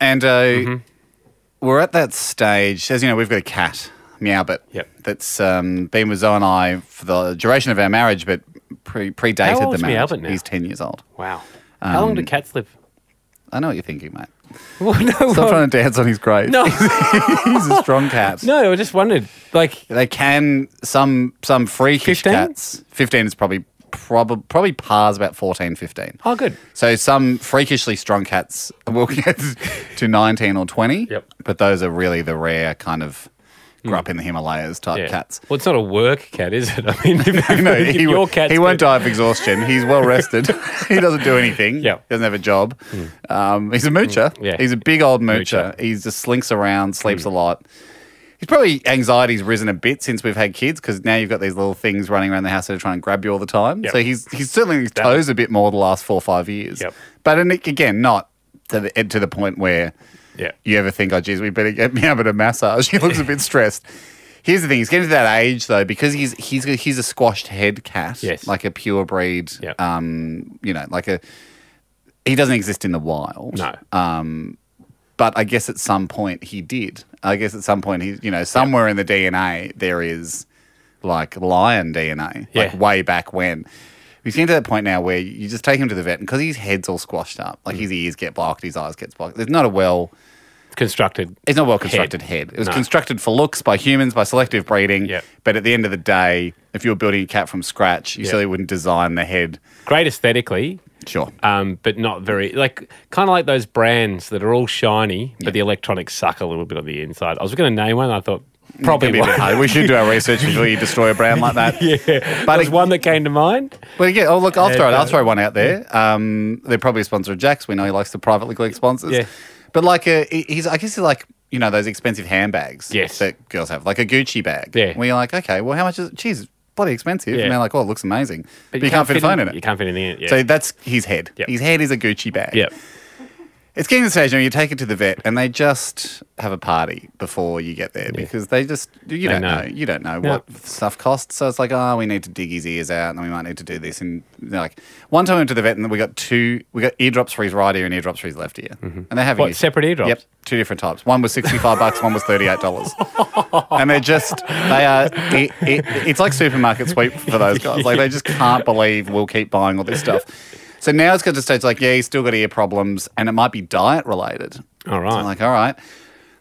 F: And uh, we're at that stage, as you know, we've got a cat, Meow But,
C: Yep.
F: that's um, been with Zoe and I for the duration of our marriage, but pre- predated
C: How old
F: the
C: is
F: marriage.
C: Meow But now?
F: He's 10 years old.
C: Wow. How long do cats live?
F: I know what you're thinking, mate.
C: Well, *laughs* no,
D: Stop
C: well,
D: trying to dance on his grave.
C: No.
D: *laughs*
C: *laughs*
D: he's a strong cat.
C: no, I just wondered. Like,
D: They can some some freakish cats. Fifteen is probably probably probably pars about 14, 15.
C: oh, good.
D: So some freakishly strong cats will *laughs* get to nineteen or twenty.
C: Yep. Hmm.
D: But those are really the rare kind of grew up in the Himalayas type
C: Yeah.
D: cats.
C: Well, it's not a work cat, is it? *laughs* I mean, if,
D: *laughs* No,
C: if
D: he,
C: your
D: won't-
C: cat
D: he won't die of exhaustion. He's
C: *laughs*
D: well rested. *laughs* he doesn't do anything.
C: Yeah. Hmm. Mm,
D: doesn't have a job. Um, he's a moocher.
C: Yeah.
D: He's a big old moocher.
C: Moocher. Hmm.
D: He just slinks around, sleeps a lot. He's probably anxiety's risen a bit since we've had kids because now you've got these little things running around the house that are trying to grab you all the time.
C: Yep.
D: So he's he's certainly on his toes a bit more the last four or five years.
C: Yep.
D: But and again, not to the to the point where
C: Yeah.
D: you ever think, oh, geez, we better get me *laughs* up at a massage. He looks a
C: *laughs*
D: bit stressed. Here's the thing: he's getting to that age though, because he's he's a, he's a squashed head cat,
C: Yes.
D: like a pure breed.
C: Yep.
D: Um, you know, like a he doesn't exist in the wild.
C: No.
D: Um, but I guess at some point he did. I guess at some point he, you know, somewhere in the DNA there is like lion DNA,
C: Yeah.
D: like way back when. We've seen to that point now where you just take him to the vet, and because his head's all squashed up, like his
C: Mm.
D: ears get blocked, his eyes get blocked. There's not a well
C: constructed.
D: it's not well constructed head. It was
C: No.
D: constructed for looks by humans by selective breeding.
C: Yep.
D: But at the end of the day, if you were building a cat from scratch, you
C: Yep.
D: certainly wouldn't design the head.
C: Great aesthetically,
D: Sure.
C: um, but not very like kind of like those brands that are all shiny, but the electronics suck a little bit on the inside. I was going to name one. I thought probably
D: Probably a bit
C: one. *laughs*
D: hard. We should do our research before you destroy a brand like that.
C: yeah,
D: But
C: but it's
D: it-
C: one that came to mind.
D: But again, oh look, I'll throw it. I'll throw one out there. Um, they're probably a sponsor of Jack's. We know he likes to privately collect sponsors.
C: Yeah.
D: But like, a, he's I guess he's like you know those expensive handbags.
C: Yes.
D: That girls have, like a Gucci bag.
C: Yeah.
D: Where you're like, okay, well, how much is? it? Geez, it's bloody expensive.
C: Yeah.
D: And they're like, oh, it looks amazing, but, you can't, fit a phone in it.
C: You can't fit anything in it. Yeah.
D: So that's his head.
C: Yep.
D: His head is a Gucci bag.
C: Yep.
D: It's getting to the stage now. You take it to the vet, and they just have a party before you get there because they just you don't
C: know.
D: know. You don't know
C: No.
D: what stuff costs. So it's like, oh, we need to dig his ears out, and we might need to do this. And they're like one time we went to the vet, and we got two. We got eardrops for his right ear and eardrops for his left ear, and they're having
C: Mm-hmm. What,
D: his-
C: separate eardrops?
D: Yep, two different types. One was sixty five bucks. One was thirty eight dollars. and they're just they are. It, it, it's like supermarket sweep for those guys. Like they just can't believe we'll keep buying all this stuff. So now it's got to the stage like, yeah, he's still got ear problems, and it might be diet related.
C: All
D: So
C: right.
D: I'm like, all right.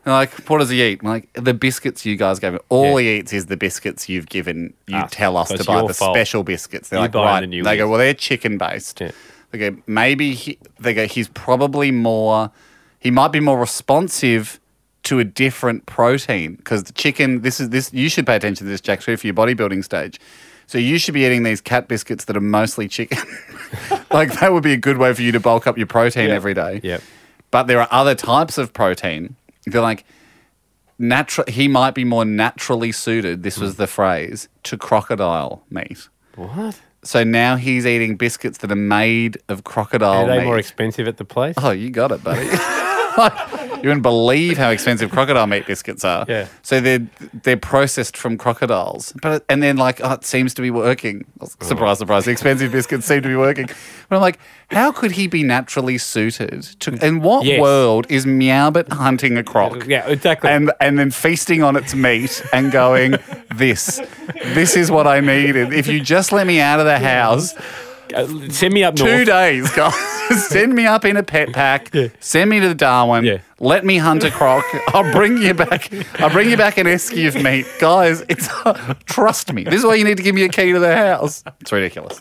D: They're like, what does he eat? I'm like, the biscuits you guys gave him. All he eats is the biscuits you've given. You
C: Ah,
D: tell us
C: so
D: to
C: it's
D: buy
C: your
D: the
C: fault.
D: special biscuits. They're
C: You
D: like,
C: buy
D: right.
C: the new
D: they go,
C: ones.
D: well, they're chicken based.
C: Yeah.
D: They go, maybe he, they go, he's probably more, he might be more responsive to a different protein because the chicken, this is this, you should pay attention to this, Jack, too, for your bodybuilding stage. So you should be eating these cat biscuits that are mostly chicken. *laughs* like that would be a good way for you to bulk up your protein every day
C: Yep.
D: but there are other types of protein. They're like natural. He might be more naturally suited. This was the phrase to crocodile meat.
C: Hmm. What?
D: So now he's eating biscuits that are made of crocodile
C: Are they
D: meat.
C: more expensive at the place?
D: oh, you got it, buddy. *laughs* you wouldn't believe how expensive crocodile meat biscuits are.
C: Yeah.
D: So they're they're processed from crocodiles, but and then like oh, it seems to be working. Surprise, surprise! The expensive biscuits seem to be working. But I'm like, how could he be naturally suited to? In what
C: Yes.
D: world is Meowbit hunting a croc?
C: Yeah, exactly.
D: Oh, And and then feasting on its meat and going, this, this is what I needed. If you just let me out of the house,
C: Uh, send me up north.
D: two days, guys. *laughs* send me up in a pet pack. Send me to Darwin.
C: Yeah.
D: Let me hunt a croc. I'll bring you back. I'll bring you back an esky of meat, guys. It's trust me. This is why you need to give me a key to the house. It's ridiculous.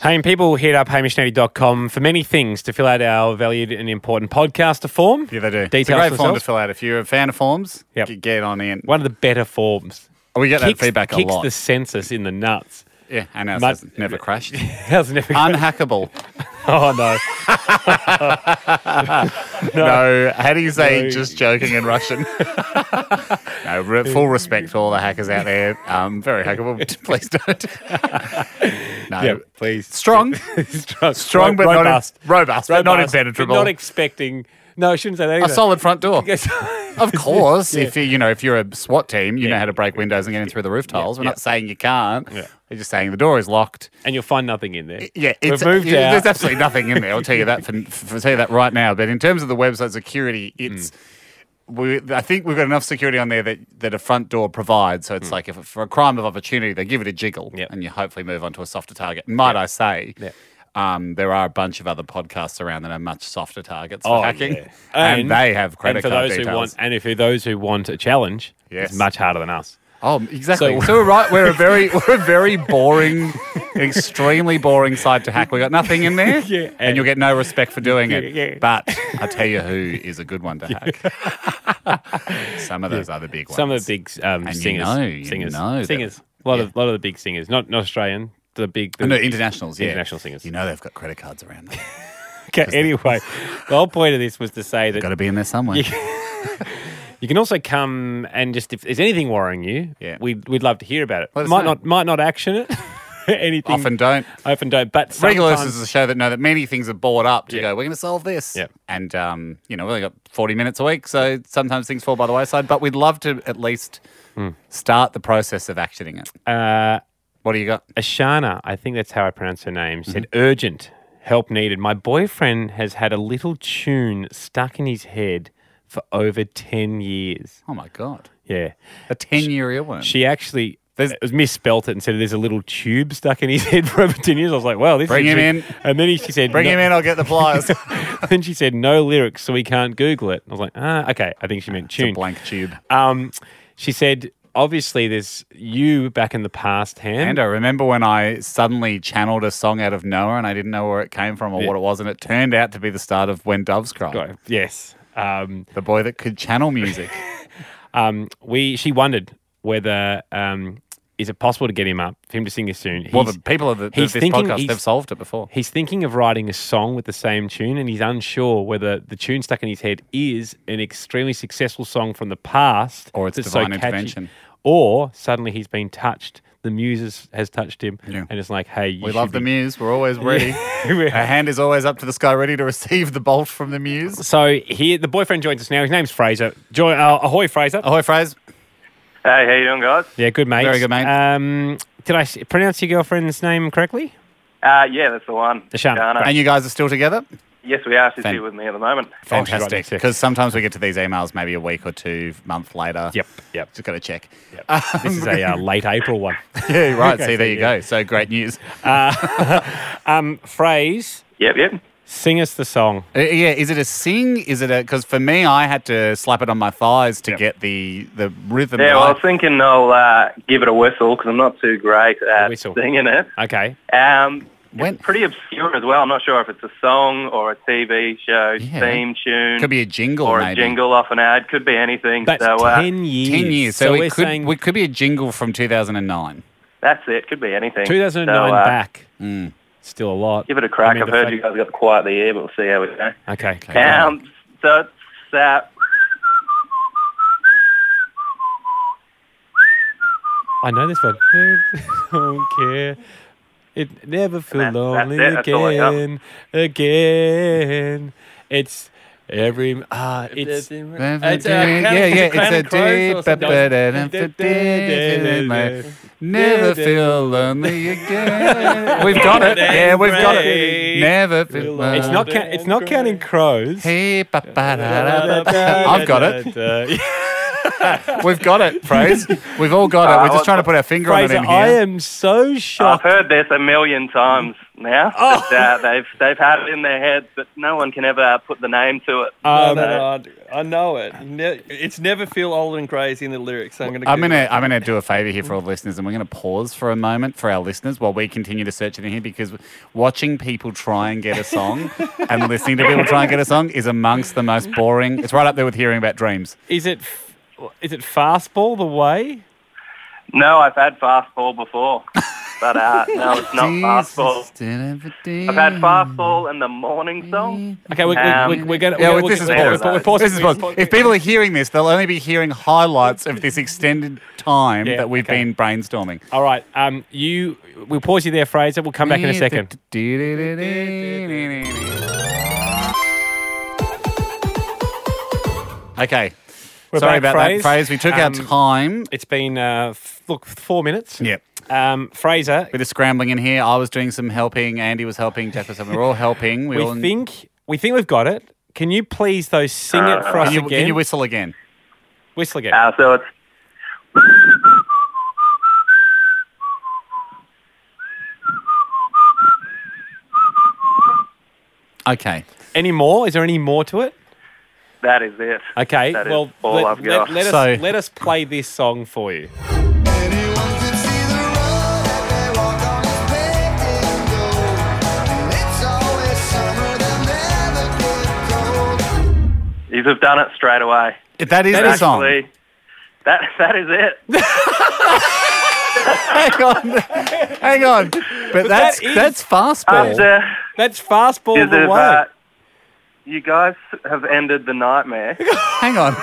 C: Hey, and people hit up hamishnetty.com for many things to fill out our valued and important podcaster form.
D: Yeah, they do.
C: Details
D: it's a great form to
C: themselves.
D: fill out. If you're a fan of forms,
C: Yep.
D: g- get on in.
C: One of the better forms.
D: We get that
C: Kicks-
D: feedback a
C: kicks
D: lot.
C: the census in the nuts. *laughs*
D: Yeah, and ours
C: Mud-
D: has
C: *laughs*
D: never crashed.
C: How's never
D: Unhackable.
C: Oh, no.
D: No, how do you
C: *laughs*
D: say
C: No.
D: just joking
C: *laughs*
D: in Russian? no, re- full respect to all the hackers out there. Um,
C: *laughs*
D: very hackable. Please don't. no,
C: Yeah, please. *laughs*
D: strong,
C: Strong,
D: strong, but not in- robust, but not impenetrable.
C: not expecting. No, I shouldn't say that
D: a
C: either.
D: solid front door. Of course, if you, you know if you're a SWAT team, you know
C: Yeah.
D: how to break windows and get in through the roof tiles. We're
C: Yeah.
D: not saying you can't. We're just saying the door is locked.
C: *laughs* and you'll find nothing in there.
D: Yeah,
C: We've
D: it's,
C: moved
D: yeah,
C: out.
D: There's absolutely nothing in there. I'll tell you that for, for tell you that right now. But in terms of the website security, it's
C: Mm.
D: we, I think we've got enough security on there that, that a front door provides. So
C: Mm.
D: it's like if for a crime of opportunity, they give it a jiggle and you hopefully move on to a softer target. Might I say, um, there are a bunch of other podcasts around that are much softer targets for hacking.
C: Oh, yeah.
D: And, they have credit
C: and for
D: card
C: those
D: details.
C: Who want, and if for those who want a challenge,
D: Yes.
C: it's much harder than us.
D: Oh, exactly.
C: So-
D: So, we're right. We're a very, *laughs* we're a very boring, extremely boring side to hack. We got nothing in
C: *laughs*
D: there, and, you'll get no respect for doing it.
C: Yeah, yeah.
D: But I tell you, who is a good one to hack?
C: *laughs*
D: Some of those other big ones.
C: Some of the big um,
D: And you
C: singers,
D: know, you
C: singers,
D: know that-
C: singers. A lot of lot of the big singers, not not Australian. The big the
D: Oh, no, internationals. Yeah,
C: international singers.
D: You know they've got credit cards around. Them.
C: *laughs* Okay, anyway, the whole point of this was to say that
D: got to be in
C: *laughs*
D: there somewhere.
C: You can also come and just if there's anything worrying you,
D: Yeah.
C: we'd we'd love to hear about it.
D: Let us
C: might
D: know.
C: not might not action it. *laughs* anything
D: Often don't.
C: often don't. But
D: Regular
C: sometimes-
D: listeners of the show that know that many things are bought up to
C: Yeah.
D: go, we're going to solve this.
C: Yeah.
D: And, um, you know, we've only got 40 minutes a week, so sometimes things fall by the wayside, but we'd love to at least start the process of actioning it.
C: Hmm. uh,
D: What do you got?
C: Ashana, I think that's how I pronounce her name, said
D: Mm-hmm.
C: urgent help needed. My boyfriend has had a little tune stuck in his head for over ten years.
D: Oh, my God.
C: Yeah,
D: A 10 year earworm.
C: she actually. it was misspelt it and said there's a little tube stuck in his *laughs* head for over 10 years. I was like, wow, this
D: Bring
C: is
D: him
C: actually-
D: in.
C: And then she said,
D: Bring
C: "No-
D: him in, I'll get
C: *laughs*
D: the pliers. It's
C: then she said no lyrics, so we can't Google it. I was like, ah, okay. I think she meant
D: a
C: tune.
D: blank tube.
C: Um, she said, obviously, there's you back in the past, hand.
D: And I remember when I suddenly channeled a song out of nowhere and I didn't know where it came from or what it was, and it turned out to be the start of When Doves Cry,
C: Go. yes. Um,
D: the boy that could channel
C: *laughs*
D: music.
C: um, we she wondered whether um, is it possible to get him up for him to sing this soon.
D: well,
C: He's-
D: the people of, the, of
C: he's
D: this
C: thinking
D: podcast,
C: he's-
D: they've solved it before.
C: He's thinking of writing a song with the same tune, and he's unsure whether the tune stuck in his head is an extremely successful song from the past,
D: Or it's
C: that's
D: divine
C: catchy,
D: intervention.
C: or suddenly he's been touched. The muse is- has touched him,
D: Yeah.
C: and it's like, hey, you
D: We love
C: should
D: the
C: be-
D: muse. We're
C: *laughs*
D: always ready. Our hand is always up to the sky, ready to receive the bolt from the muse.
C: So here, the boyfriend joins us now. His name's Fraser. Join, uh, ahoy, Fraser.
D: Ahoy, phrase.
M: Hey, how you doing, guys?
C: Yeah, good mate.
D: Oh, Very good, mate.
C: Um, did I s- pronounce your girlfriend's name correctly?
M: Uh, yeah, that's the one.
C: Ashana.
M: Ashana.
D: And you guys are still together?
C: Oh,
M: Yes, we are. She's
D: Fan-
M: here with me at the moment.
D: Fantastic.
C: next to you.
D: Because sometimes we get to these emails maybe a week or two, month later.
C: Yep, yep.
D: Just got
C: *laughs*
D: to check. *laughs*
C: This is a uh, late April one. *laughs*
D: Yeah, right. See, there
C: so
D: you
C: yeah.
D: go. So great news.
C: Um, Phrase,
M: Yep, yep.
C: sing us the song.
D: Uh, yeah, is it a sing? Is it a. Because for me, I had to slap it on my thighs to get the, the rhythm.
M: Yeah, well, I
D: right.
M: was thinking I'll uh, give it a whistle because I'm not too great at
C: whistle.
M: singing it.
C: Okay.
M: Um,
D: When-
M: it's pretty obscure as well. I'm not sure if it's a song or a TV show
D: Yeah.
M: theme tune.
D: Could be a jingle,
M: or
D: maybe.
M: a jingle off an ad. Could be anything.
C: *laughs* That's
M: so uh,
C: 10 years.
D: 10 years. So,
C: we're
D: it, could,
C: saying
D: we could be a jingle from 2009.
M: that's it. Could be anything.
C: 2009
M: So, uh,
C: back. Still a lot.
M: Give it a crack.
C: I mean,
M: I've
C: the
M: heard
C: fact-
M: you guys got the quiet the ear, but we'll see how we go.
C: Okay. okay.
M: Um, so it's uh,
C: I know this one. *laughs* don't care. It never feel
M: that's
C: lonely
M: it, that's all I got.
C: again, again. It's every ah. it's
D: It's a, yeah, yeah, it's a deep. Never feel lonely again. We've got it. Yeah, we've got it. Never feel lonely.
C: it's not. Ca- it's not counting crows.
D: Hey, ba, ba, da, da, *laughs* da,
C: *laughs*
D: da. I've got it.
C: it.
D: We've got it, Praise. We've all got it. We're just trying to put our finger on it
C: *laughs* Fraser,
D: in
C: I
D: here.
C: am so
M: I've
C: shocked.
M: heard this a million times now.
C: Oh.
M: But, uh, they've they've had it in their heads, but no one can ever put the name to it.
C: Um,
E: I know it. Ne- it's never feel old and crazy in the lyrics. So I'm gonna.
D: I'm
E: Google
D: gonna
E: it.
D: I'm gonna do a favor here for all the listeners, and we're gonna pause for a moment for our listeners while we continue to search it in here because watching people try and get a song and listening to people try and get a song is amongst the most boring. It's right up there with hearing about dreams.
C: Is it? f- Is it fastball the way?
M: No, I've had fastball before, but uh, no, it's not fastball. I've had fastball and the morning song.
C: Okay, we're,
M: Um,
C: we're, we're gonna.
D: Yeah,
C: we're,
D: well, this is
C: we're,
M: better.
D: pause.
C: We're, we're pausing.
D: This is pause. If people are hearing this, they'll only be hearing highlights of this extended time
C: Yeah,
D: that we've
C: okay.
D: been brainstorming.
C: All right. Um, you. We'll pause you there, Fraser. We'll come back in a second.
D: Okay.
C: We're
D: Sorry
C: back,
D: about
C: Fraze.
D: that, Phrase. We took
C: Um,
D: our time.
C: It's been uh, f- look four minutes.
D: Yep.
C: Um, Fraser,
D: Bit of scrambling in here. I was doing some helping. Andy was helping. Jack was helping. We're all helping. We,
C: we
D: all
C: think we think we've got it. Can you please though sing it for
D: Uh,
C: us
D: can you-
C: again?
D: can you whistle again?
C: Whistle again.
M: Uh, so it's
D: Okay.
C: Any more? Is there any more to it?
M: that is it.
C: Okay.
M: That is
C: well,
M: all
C: let,
M: I've
C: let-
M: got.
C: let us
M: So-
C: let us play this song for you.
M: You have done it straight away.
D: That is the song.
M: Actually, That *laughs* that is it.
D: hang on, hang on. But,
M: But
D: that's
M: that is-
D: that's fastball.
M: After
C: that's fastball
M: Is it, uh, you guys have ended the nightmare.
D: hang on.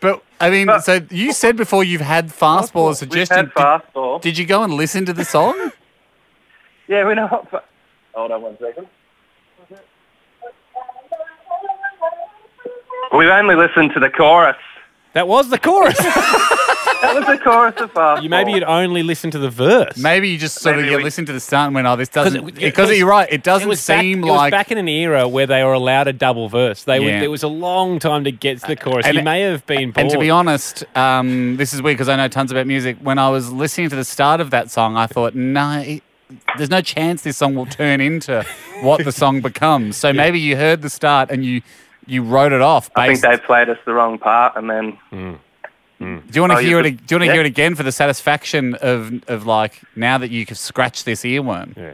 D: But I mean, so you said before you've had fastball as suggested.
M: had fastball.
D: Did, you go and listen to the song?
M: Yeah, we're not. fa- Hold on one second. We've only listened to the chorus.
C: That was the chorus.
M: *laughs* That was the chorus of fastball.
C: You maybe you'd only listen to the verse.
D: Maybe you just sort
C: Maybe
D: of
C: we-
D: you listen to the start and went, "Oh, this doesn't."
C: it- it
D: Because
C: was-
D: you're right, it
C: It
D: doesn't
C: was back,
D: seem
C: it was
D: like
C: back in an era where they were allowed a double verse. They
D: Yeah.
C: would, it was a long time to get to the chorus.
D: And-
C: you may have been bored.
D: And to be honest, um, this is weird because I know tons about music. When I was listening to the start of that song, I thought, no, it- there's no chance this song will turn into what the song becomes. So maybe you heard the start and you you wrote it off.
M: I think
D: Based.
M: they played us the wrong part, and then
D: do you want to
M: Oh, you
D: hear it?
M: could-
D: ag- Do you want to
M: yeah.
D: hear it again for the satisfaction of of like now that you can scratch this earworm? Yeah.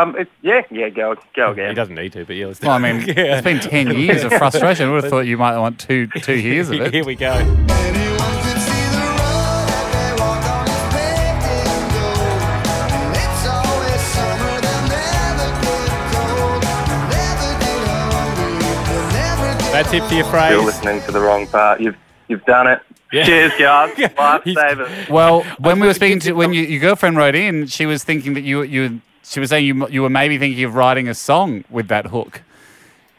M: um, it, yeah, yeah, go go again. He
C: doesn't need to, but yeah, let's
D: Well,
M: *laughs*
D: I mean,
C: *laughs*
D: it's been ten years of frustration. I would have thought you might want two two years
M: *laughs*
D: of it.
C: Here we go. That's it for your
M: You're
C: phrase.
M: listening to the wrong part. You've you've done it.
C: *laughs* Yeah.
M: Cheers, guys. Lifesaver.
D: Well, when we were speaking to when you, your girlfriend wrote in, she was thinking that you you she was saying you you were maybe thinking of writing a song with that hook.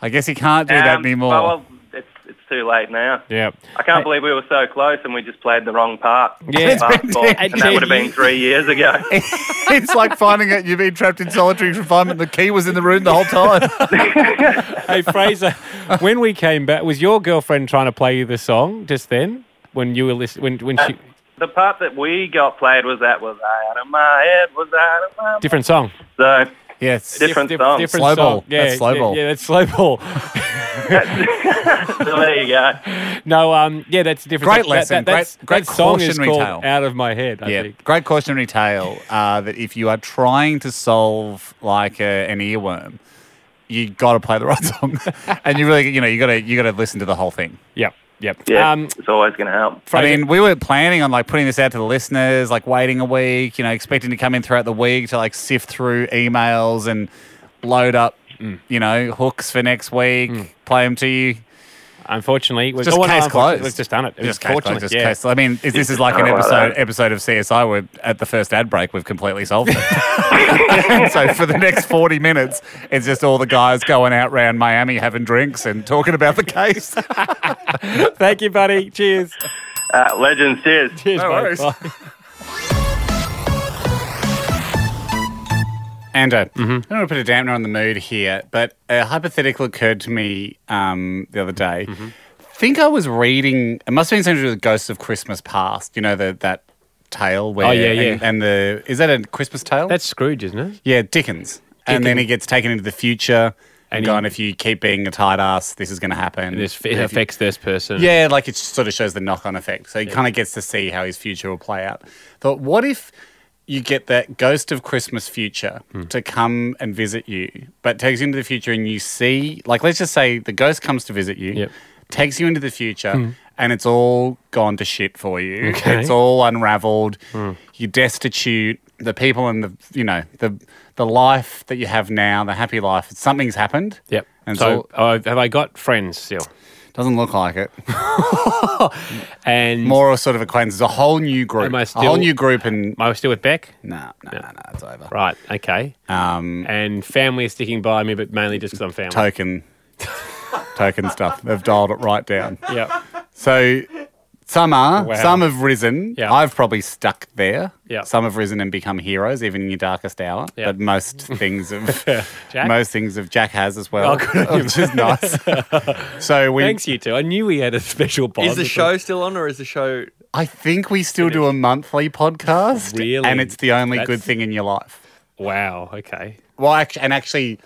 D: I guess you can't do that
M: Um,
D: anymore.
M: oh, well, it's it's too late now.
C: Yeah.
M: I can't believe we were so close and we just played the wrong part.
D: Yeah.
C: *laughs*
D: It's been
M: Fastball.
D: ten
M: and that would have been
D: years.
M: three years ago.
D: *laughs* it's like finding out you've been trapped in solitary confinement. The key was in the room the whole time. *laughs*
C: hey
M: *laughs*
C: Fraser, when we came back, was your girlfriend trying to play you the song just then when you were listening? When when she
M: The part that we got played was that was out of my head, was out of my
C: different song.
M: So
D: yes,
M: different
C: Diff-
M: song.
C: different song. Yeah, yeah, Yeah, that's slow ball. *laughs*
M: so there you go.
C: No, um, yeah, that's a different.
D: Great
C: that-
D: lesson,
C: That, that's-
D: great- great
C: that song is
D: cautionary
C: called
D: tale.
C: "Out of My Head." I
D: yeah,
C: think.
D: great cautionary tale uh, that if you are trying to solve like a, an earworm, you got to play the right *laughs* song, and you really you know you got to you got to listen to the whole thing.
C: Yep. Yep.
M: Yeah,
C: Um,
M: it's always going to help.
D: I mean, we were planning on like putting this out to the listeners, like waiting a week, you know, expecting to come in throughout the week to like sift through emails and load up,
C: Mm.
D: you know, hooks for next week, play them to you.
C: Unfortunately, we've
D: just
C: oh, well,
D: case
C: no, unfortunately,
D: closed.
C: We've just done it. It was
D: Just case
C: fortunate,
D: closed. Just
C: yeah.
D: case. I mean, is, this is like an
M: I like
D: episode
M: that.
D: episode of CSI where at the first ad break we've completely solved it. *laughs* so for the next forty minutes, it's just all the guys going out round Miami having drinks and talking about the case.
C: Thank you, buddy.
D: *laughs*
C: Cheers.
M: Uh, legends, cheers.
C: Cheers,
D: No
C: mate.
D: worries.
C: Bye.
D: Andrew, uh,
C: Mm-hmm.
D: I don't want to put a dampener on the mood here, but a hypothetical occurred to me um, the other day.
C: Mm-hmm.
D: think I was reading, it must have been something to do with Ghosts of Christmas Past, you know, the, that tale where.
C: Oh, yeah, yeah.
D: And, and the. Is that a Christmas tale?
C: That's Scrooge, isn't it?
D: yeah, Dickens. And then
C: Dickens.
D: he gets taken into the future and,
C: And he-
D: gone, if you keep being a tight ass, this is going to happen.
C: And this
D: If
C: it
D: you-
C: affects this person.
D: yeah, like it sort of shows the knock on effect. So he kind of gets to see how his future will play out. Thought, what if you get that ghost of Christmas future
C: Hmm.
D: to come and visit you, but takes you into the future and you see, like, let's just say the ghost comes to visit you,
C: Yep. Hmm.
D: takes you into the future. And it's all gone to shit for you.
C: Okay. Hmm.
D: It's all unraveled. You're destitute. The people and the you know the the life that you have now, the happy life, something's happened.
C: Yep.
D: And so,
C: so, uh, have I got friends still?
D: doesn't look like it.
C: And
D: more sort of acquaintances, a whole new group,
C: Am I
D: a whole
C: still-
D: new group, and
C: am I still with Beck?
D: no, no, no, no, it's over.
C: Right. Okay.
D: Um,
C: And family is sticking by me, but mainly just because I'm family. *laughs*
D: *laughs* token, token stuff. They've dialed it right down.
C: yeah.
D: So Some are.
N: Wow.
D: Some have risen. I've probably stuck there.
N: Yeah.
D: Some have risen and become heroes, even in your darkest hour.
N: Yeah.
C: *laughs*
D: But most things have,
C: Jack?
D: most things have Jack has as well,
C: Oh, good on you,
D: which is
C: man. *laughs*
D: nice. so we,
C: Thanks, you two. I knew we had a *laughs* special bond.
E: Is the *laughs* show still on or is the show.
D: I think we still do a monthly podcast,
C: Really?
D: and it's the only
C: That's-
D: good thing in your life.
C: Wow. Okay.
D: Well, actually, and actually,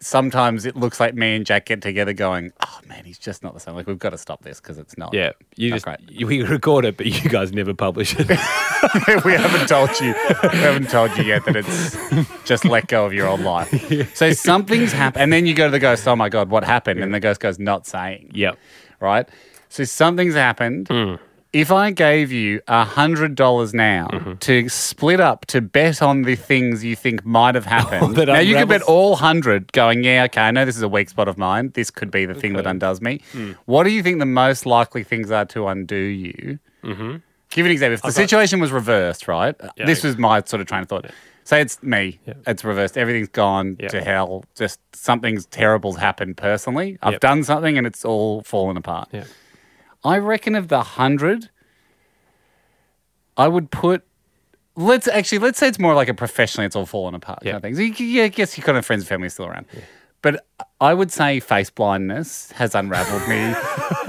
D: sometimes it looks like me and Jack get together, going, "Oh man, he's just not the same." Like we've got to stop this because it's not.
C: Yeah. You just
D: great.
C: you, we record it, but you guys never publish it.
D: *laughs* we haven't told you. We haven't told you yet that it's just let go of your old life. So something's happened, and then you go to the ghost. Oh my god, what happened? And the ghost goes, not saying.
C: yep.
D: Right. So something's happened.
C: Hmm.
D: If I gave you a hundred dollars now
C: Mm-hmm.
D: to split up to bet on the things you think
C: *laughs*
D: might have happened,
C: That
D: now you could bet
C: unravels-
D: all hundred, going, yeah, okay, I know this is a weak spot of mine. This could be the thing that undoes me.
C: Hmm.
D: What do you think the most likely things are to undo you?
C: Mm-hmm.
D: Give an example. If the situation was reversed, right? This was my sort of train of thought. Say it's me. It's reversed. Everything's gone
C: Yeah.
D: to hell. Just something's terrible's happened personally. I've
C: Yep.
D: done something and it's all fallen apart.
C: Yeah.
D: I reckon of the hundred, I would put. Let's actually let's say it's more like a professionally it's all fallen apart
C: Yeah.
D: kind of thing. So you, yeah, I guess your kind of friends and family are still around. But I would say face blindness has
C: *laughs*
D: unraveled me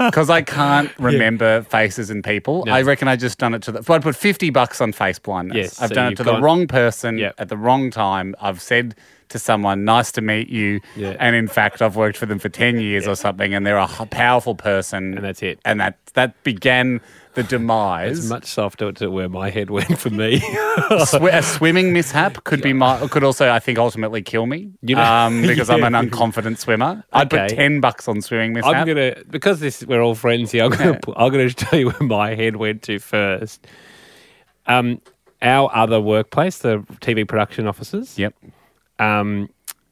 D: because I can't remember faces and people. I reckon I just done it to the. I'd put fifty bucks on face blindness.
C: Yes,
D: I've
C: so
D: done it
C: you've
D: to the
C: gone-
D: wrong person
C: Yeah.
D: at the wrong time. I've said to someone, "Nice to meet you,"
C: Yeah.
D: and in fact, I've worked for them for ten years or something, and they're a h- powerful person.
C: And that's it.
D: And that that began the
C: It's
D: demise.
C: much softer to where my head went for me.
D: Swi- a swimming mishap could be my could also I think ultimately kill me
C: You know- *laughs*
D: um, because I'm an unconfident swimmer. I'd
C: Okay.
D: put ten bucks on swimming mishap.
C: I'm gonna because this we're all friends here. I'm gonna pu- I'm gonna tell you where my head went to first. Um, our other workplace, the TV production offices.
D: Yep.
C: Um,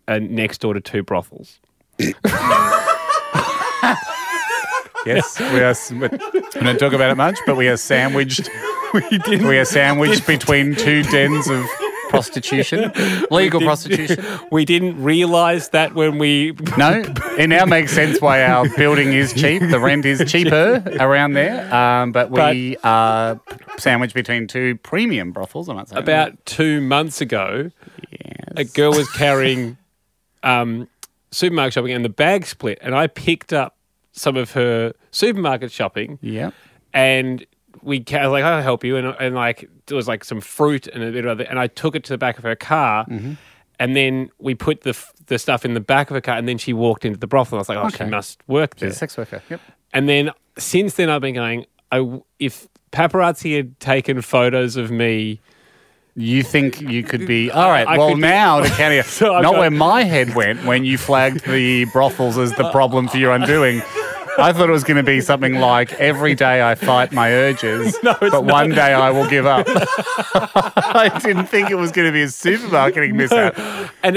C: and next door to two brothels. *laughs*
D: Yes, we are. s- We don't talk about it much, but we
C: *laughs*
D: are sandwiched. We, are sandwiched between two dens of
C: *laughs*
D: prostitution, legal prostitution.
C: We didn't realize that when we
D: No, it now makes sense why our building is cheap. The
C: *laughs*
D: rent is cheaper around there, um, but we are sandwiched between two premium brothels. I might say
C: about two months ago, a girl
D: *laughs*
C: was carrying um, supermarket shopping and the bag split, and I picked up some of her supermarket shopping.
D: Yep.
C: and we ca- I was like I'll help you, and and like there was like some fruit and a bit of other, and I took it to the back of her car,
D: Mm-hmm.
C: and then we put the f- the stuff in the back of her car, and then she walked into the brothel. I was like, oh, she
D: Okay.
C: must work there.
D: She's a sex worker. Yep.
C: And then since then, I've been going. I w- if paparazzi had taken photos of me,
D: You think you could be all right?
C: I
D: well,
C: could be-
D: now the county,
C: *laughs* So I've
D: not
C: got-
D: where my head went when you flagged the brothels as the problem for your undoing. I thought it was going to be something like every day I fight my urges,
C: *laughs*
D: but one day I will give up. *laughs* I didn't think it was going to be a supermarketing mishap, and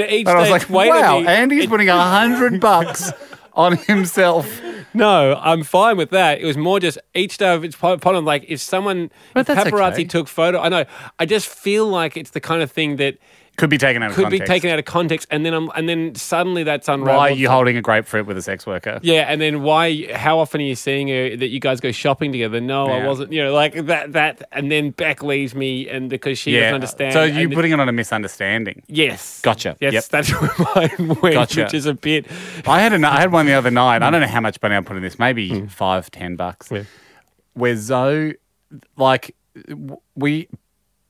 C: and each
D: I was
C: day
D: like,
C: it's weighted
D: "Wow,
C: me-
D: Andy's putting a hundred bucks on himself."
C: No, I'm fine with that. It was more just each day of its po- upon him, like if someone
D: But
C: if
D: that's
C: paparazzi
D: okay.
C: took photo. I know. I just feel like it's the kind of thing that
D: Could be taken out of
C: could
D: context.
C: be taken out of context, and then I'm and then suddenly that's unraveled.
D: Why are you holding a grapefruit with a sex worker?
C: Yeah, and then why? How often are you seeing her that you guys go shopping together? No, I
D: Yeah.
C: wasn't. You know, like that. That and then Beck leaves me, and because she doesn't understand.
D: So you're
C: and-
D: putting it on a misunderstanding.
C: Yes.
D: Gotcha.
C: Yes,
D: Yep.
C: that's *laughs* where mine went,
D: Gotcha.
C: which is a bit.
D: I had an, I had one the other night. I don't know how much money I put in this. Maybe five, ten bucks. Where Zoe, like, w- we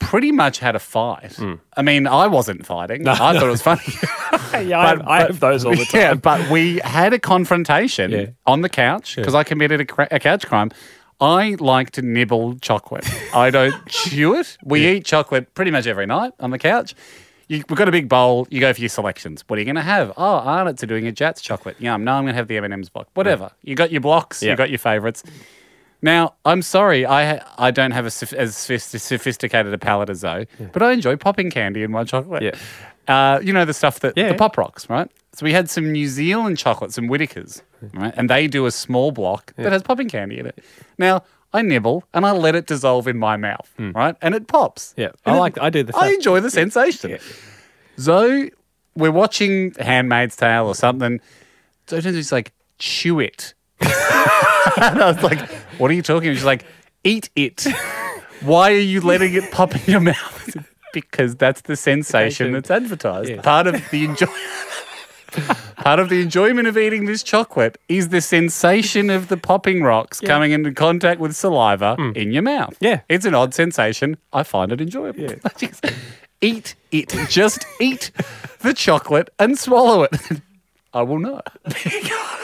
D: pretty much had a fight. I mean, I wasn't fighting. I thought it was funny.
C: Yeah, I, have, I have those all the time.
D: Yeah, but we had a confrontation
C: Yeah.
D: on the couch because I committed a, cra- a couch crime. I like to nibble chocolate.
C: *laughs*
D: I don't chew it. We eat chocolate pretty much every night on the couch. You, we've got a big bowl. You go for your selections. What are you going to have? Oh, Arnott's are doing a Jats chocolate. Yum. No, I'm going to have the M&M's block. Whatever. You got your blocks.
C: Yeah.
D: You got your favourites. Now, I'm sorry, I ha- I don't have a soph- as sophist- sophisticated a palate as Zoe, but I enjoy popping candy in my chocolate.
C: Yeah.
D: Uh, you know the stuff that
C: Yeah.
D: the pop rocks, right? So we had some New Zealand chocolate, some Whitakers, right? And they do a small block that has popping candy in it. Now I nibble and I let it dissolve in my mouth, right? And it pops.
C: Hmm. Yeah, I
D: And it-
C: like- I do the
D: I
C: same.
D: enjoy the sensation. Zoe, we're watching Handmaid's Tale or something. So turns out he's like, chew it. and I was like, What are you talking about? She's like, Eat it. Why are you letting it pop in your mouth? *laughs* because that's the sensation that's advertised. Part of the enjoy. Part of the enjoyment of eating this chocolate is the sensation of the popping rocks coming into contact with saliva in your mouth. Hmm. Yeah. It's an odd sensation. I find it enjoyable. *laughs* Just eat it. Just eat the chocolate and swallow it. I will not. *laughs*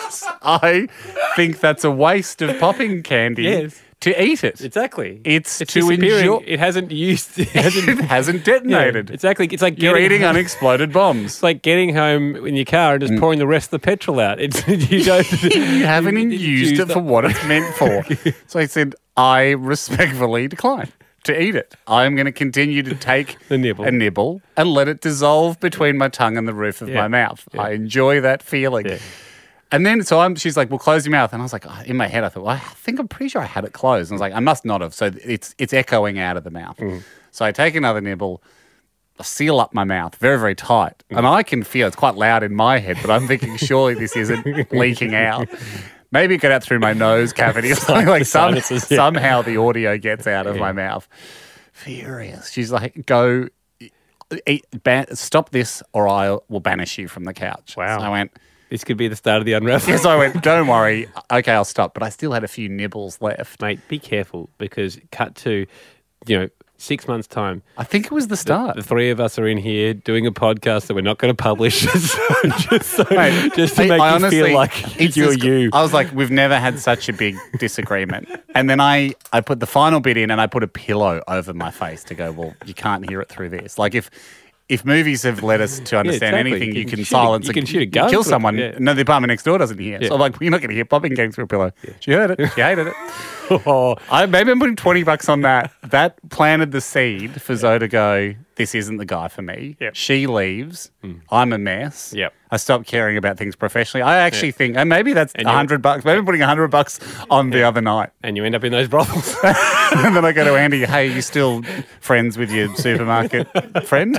D: Because I think that's a waste of popping candy
C: Yes.
D: to eat it.
C: Exactly.
D: It's,
C: It's
D: to
C: disappearing.
D: enjoy.
C: It hasn't used. *laughs*
D: *laughs*
C: It
D: It
C: hasn't.
D: hasn't
C: Yeah,
D: detonated.
C: exactly. It's like
D: You're
C: getting *laughs*
D: eating
C: home-
D: unexploded bombs.
C: It's like getting home in your car and just pouring the rest of the petrol out. It's *laughs* you don't.
D: *laughs* you haven't used it
C: the-
D: for what it's meant
C: *laughs*
D: for. so I said, I respectfully decline to eat it. I'm going to continue to take
C: The nibble.
D: a nibble and let it dissolve between my tongue and the roof of
C: Yeah.
D: my mouth. I enjoy that feeling. And then, so I'm, she's like, well, close your mouth. And I was like, ah, in my head, I thought, well, I think I'm pretty sure I had it closed. And I was like, I must not have. So it's, it's echoing out of the mouth.
C: Mm.
D: So I take another nibble. I seal up my mouth very, very tight. And I can feel it's quite loud in my head, but I'm thinking, surely
C: *laughs*
D: this isn't leaking out. Maybe it got out through my nose cavity or something like some,
C: sinuses, yeah.
D: somehow the audio gets out of my mouth. Furious. She's like, go eat, ban- stop this or I will banish you from the couch.
C: Wow.
D: So I went,
C: This could be the start of the unraveling.
D: yes, I went, don't worry. Okay, I'll stop. But I still had a few nibbles
C: *laughs*
D: left.
C: Mate, be careful because cut to, you know, six months time.
D: I think it was the start.
C: The three of us are in here doing a podcast that we're not going to publish, *laughs* so just, so, *laughs*
D: Mate,
C: just to
D: I-
C: make
D: I
C: you
D: honestly-
C: feel like
D: it's
C: you're
D: this-
C: you.
D: I was like, we've never had such a big disagreement. And then I, I put the final bit in and I put a pillow over my face to go, well, you can't hear it through this. Like if if movies have led us to understand
C: exactly.
D: anything,
C: You
D: you
C: can
D: can,
C: shoot a-
D: silence
C: you
D: a-
C: can shoot a gun
D: kill
C: through-
D: someone.
C: yeah.
D: No, the apartment next door doesn't hear.
C: Yeah.
D: So I'm like, you're not going to hear popping gangs through a pillow. She heard it. She hated it. I, maybe I'm putting 20 bucks on that. That planted the seed for Zoe to go, this isn't the guy for me.
C: Yep.
D: She leaves. I'm a mess.
C: Yep.
D: I stopped caring about things professionally. I actually think, and maybe that's a
C: you-
D: hundred bucks. Maybe I'm putting a hundred bucks on the other night,
C: *laughs*
D: *laughs*
C: and you end up in those brothels.
D: and then I go to Andy. Hey, you still friends with your supermarket friend?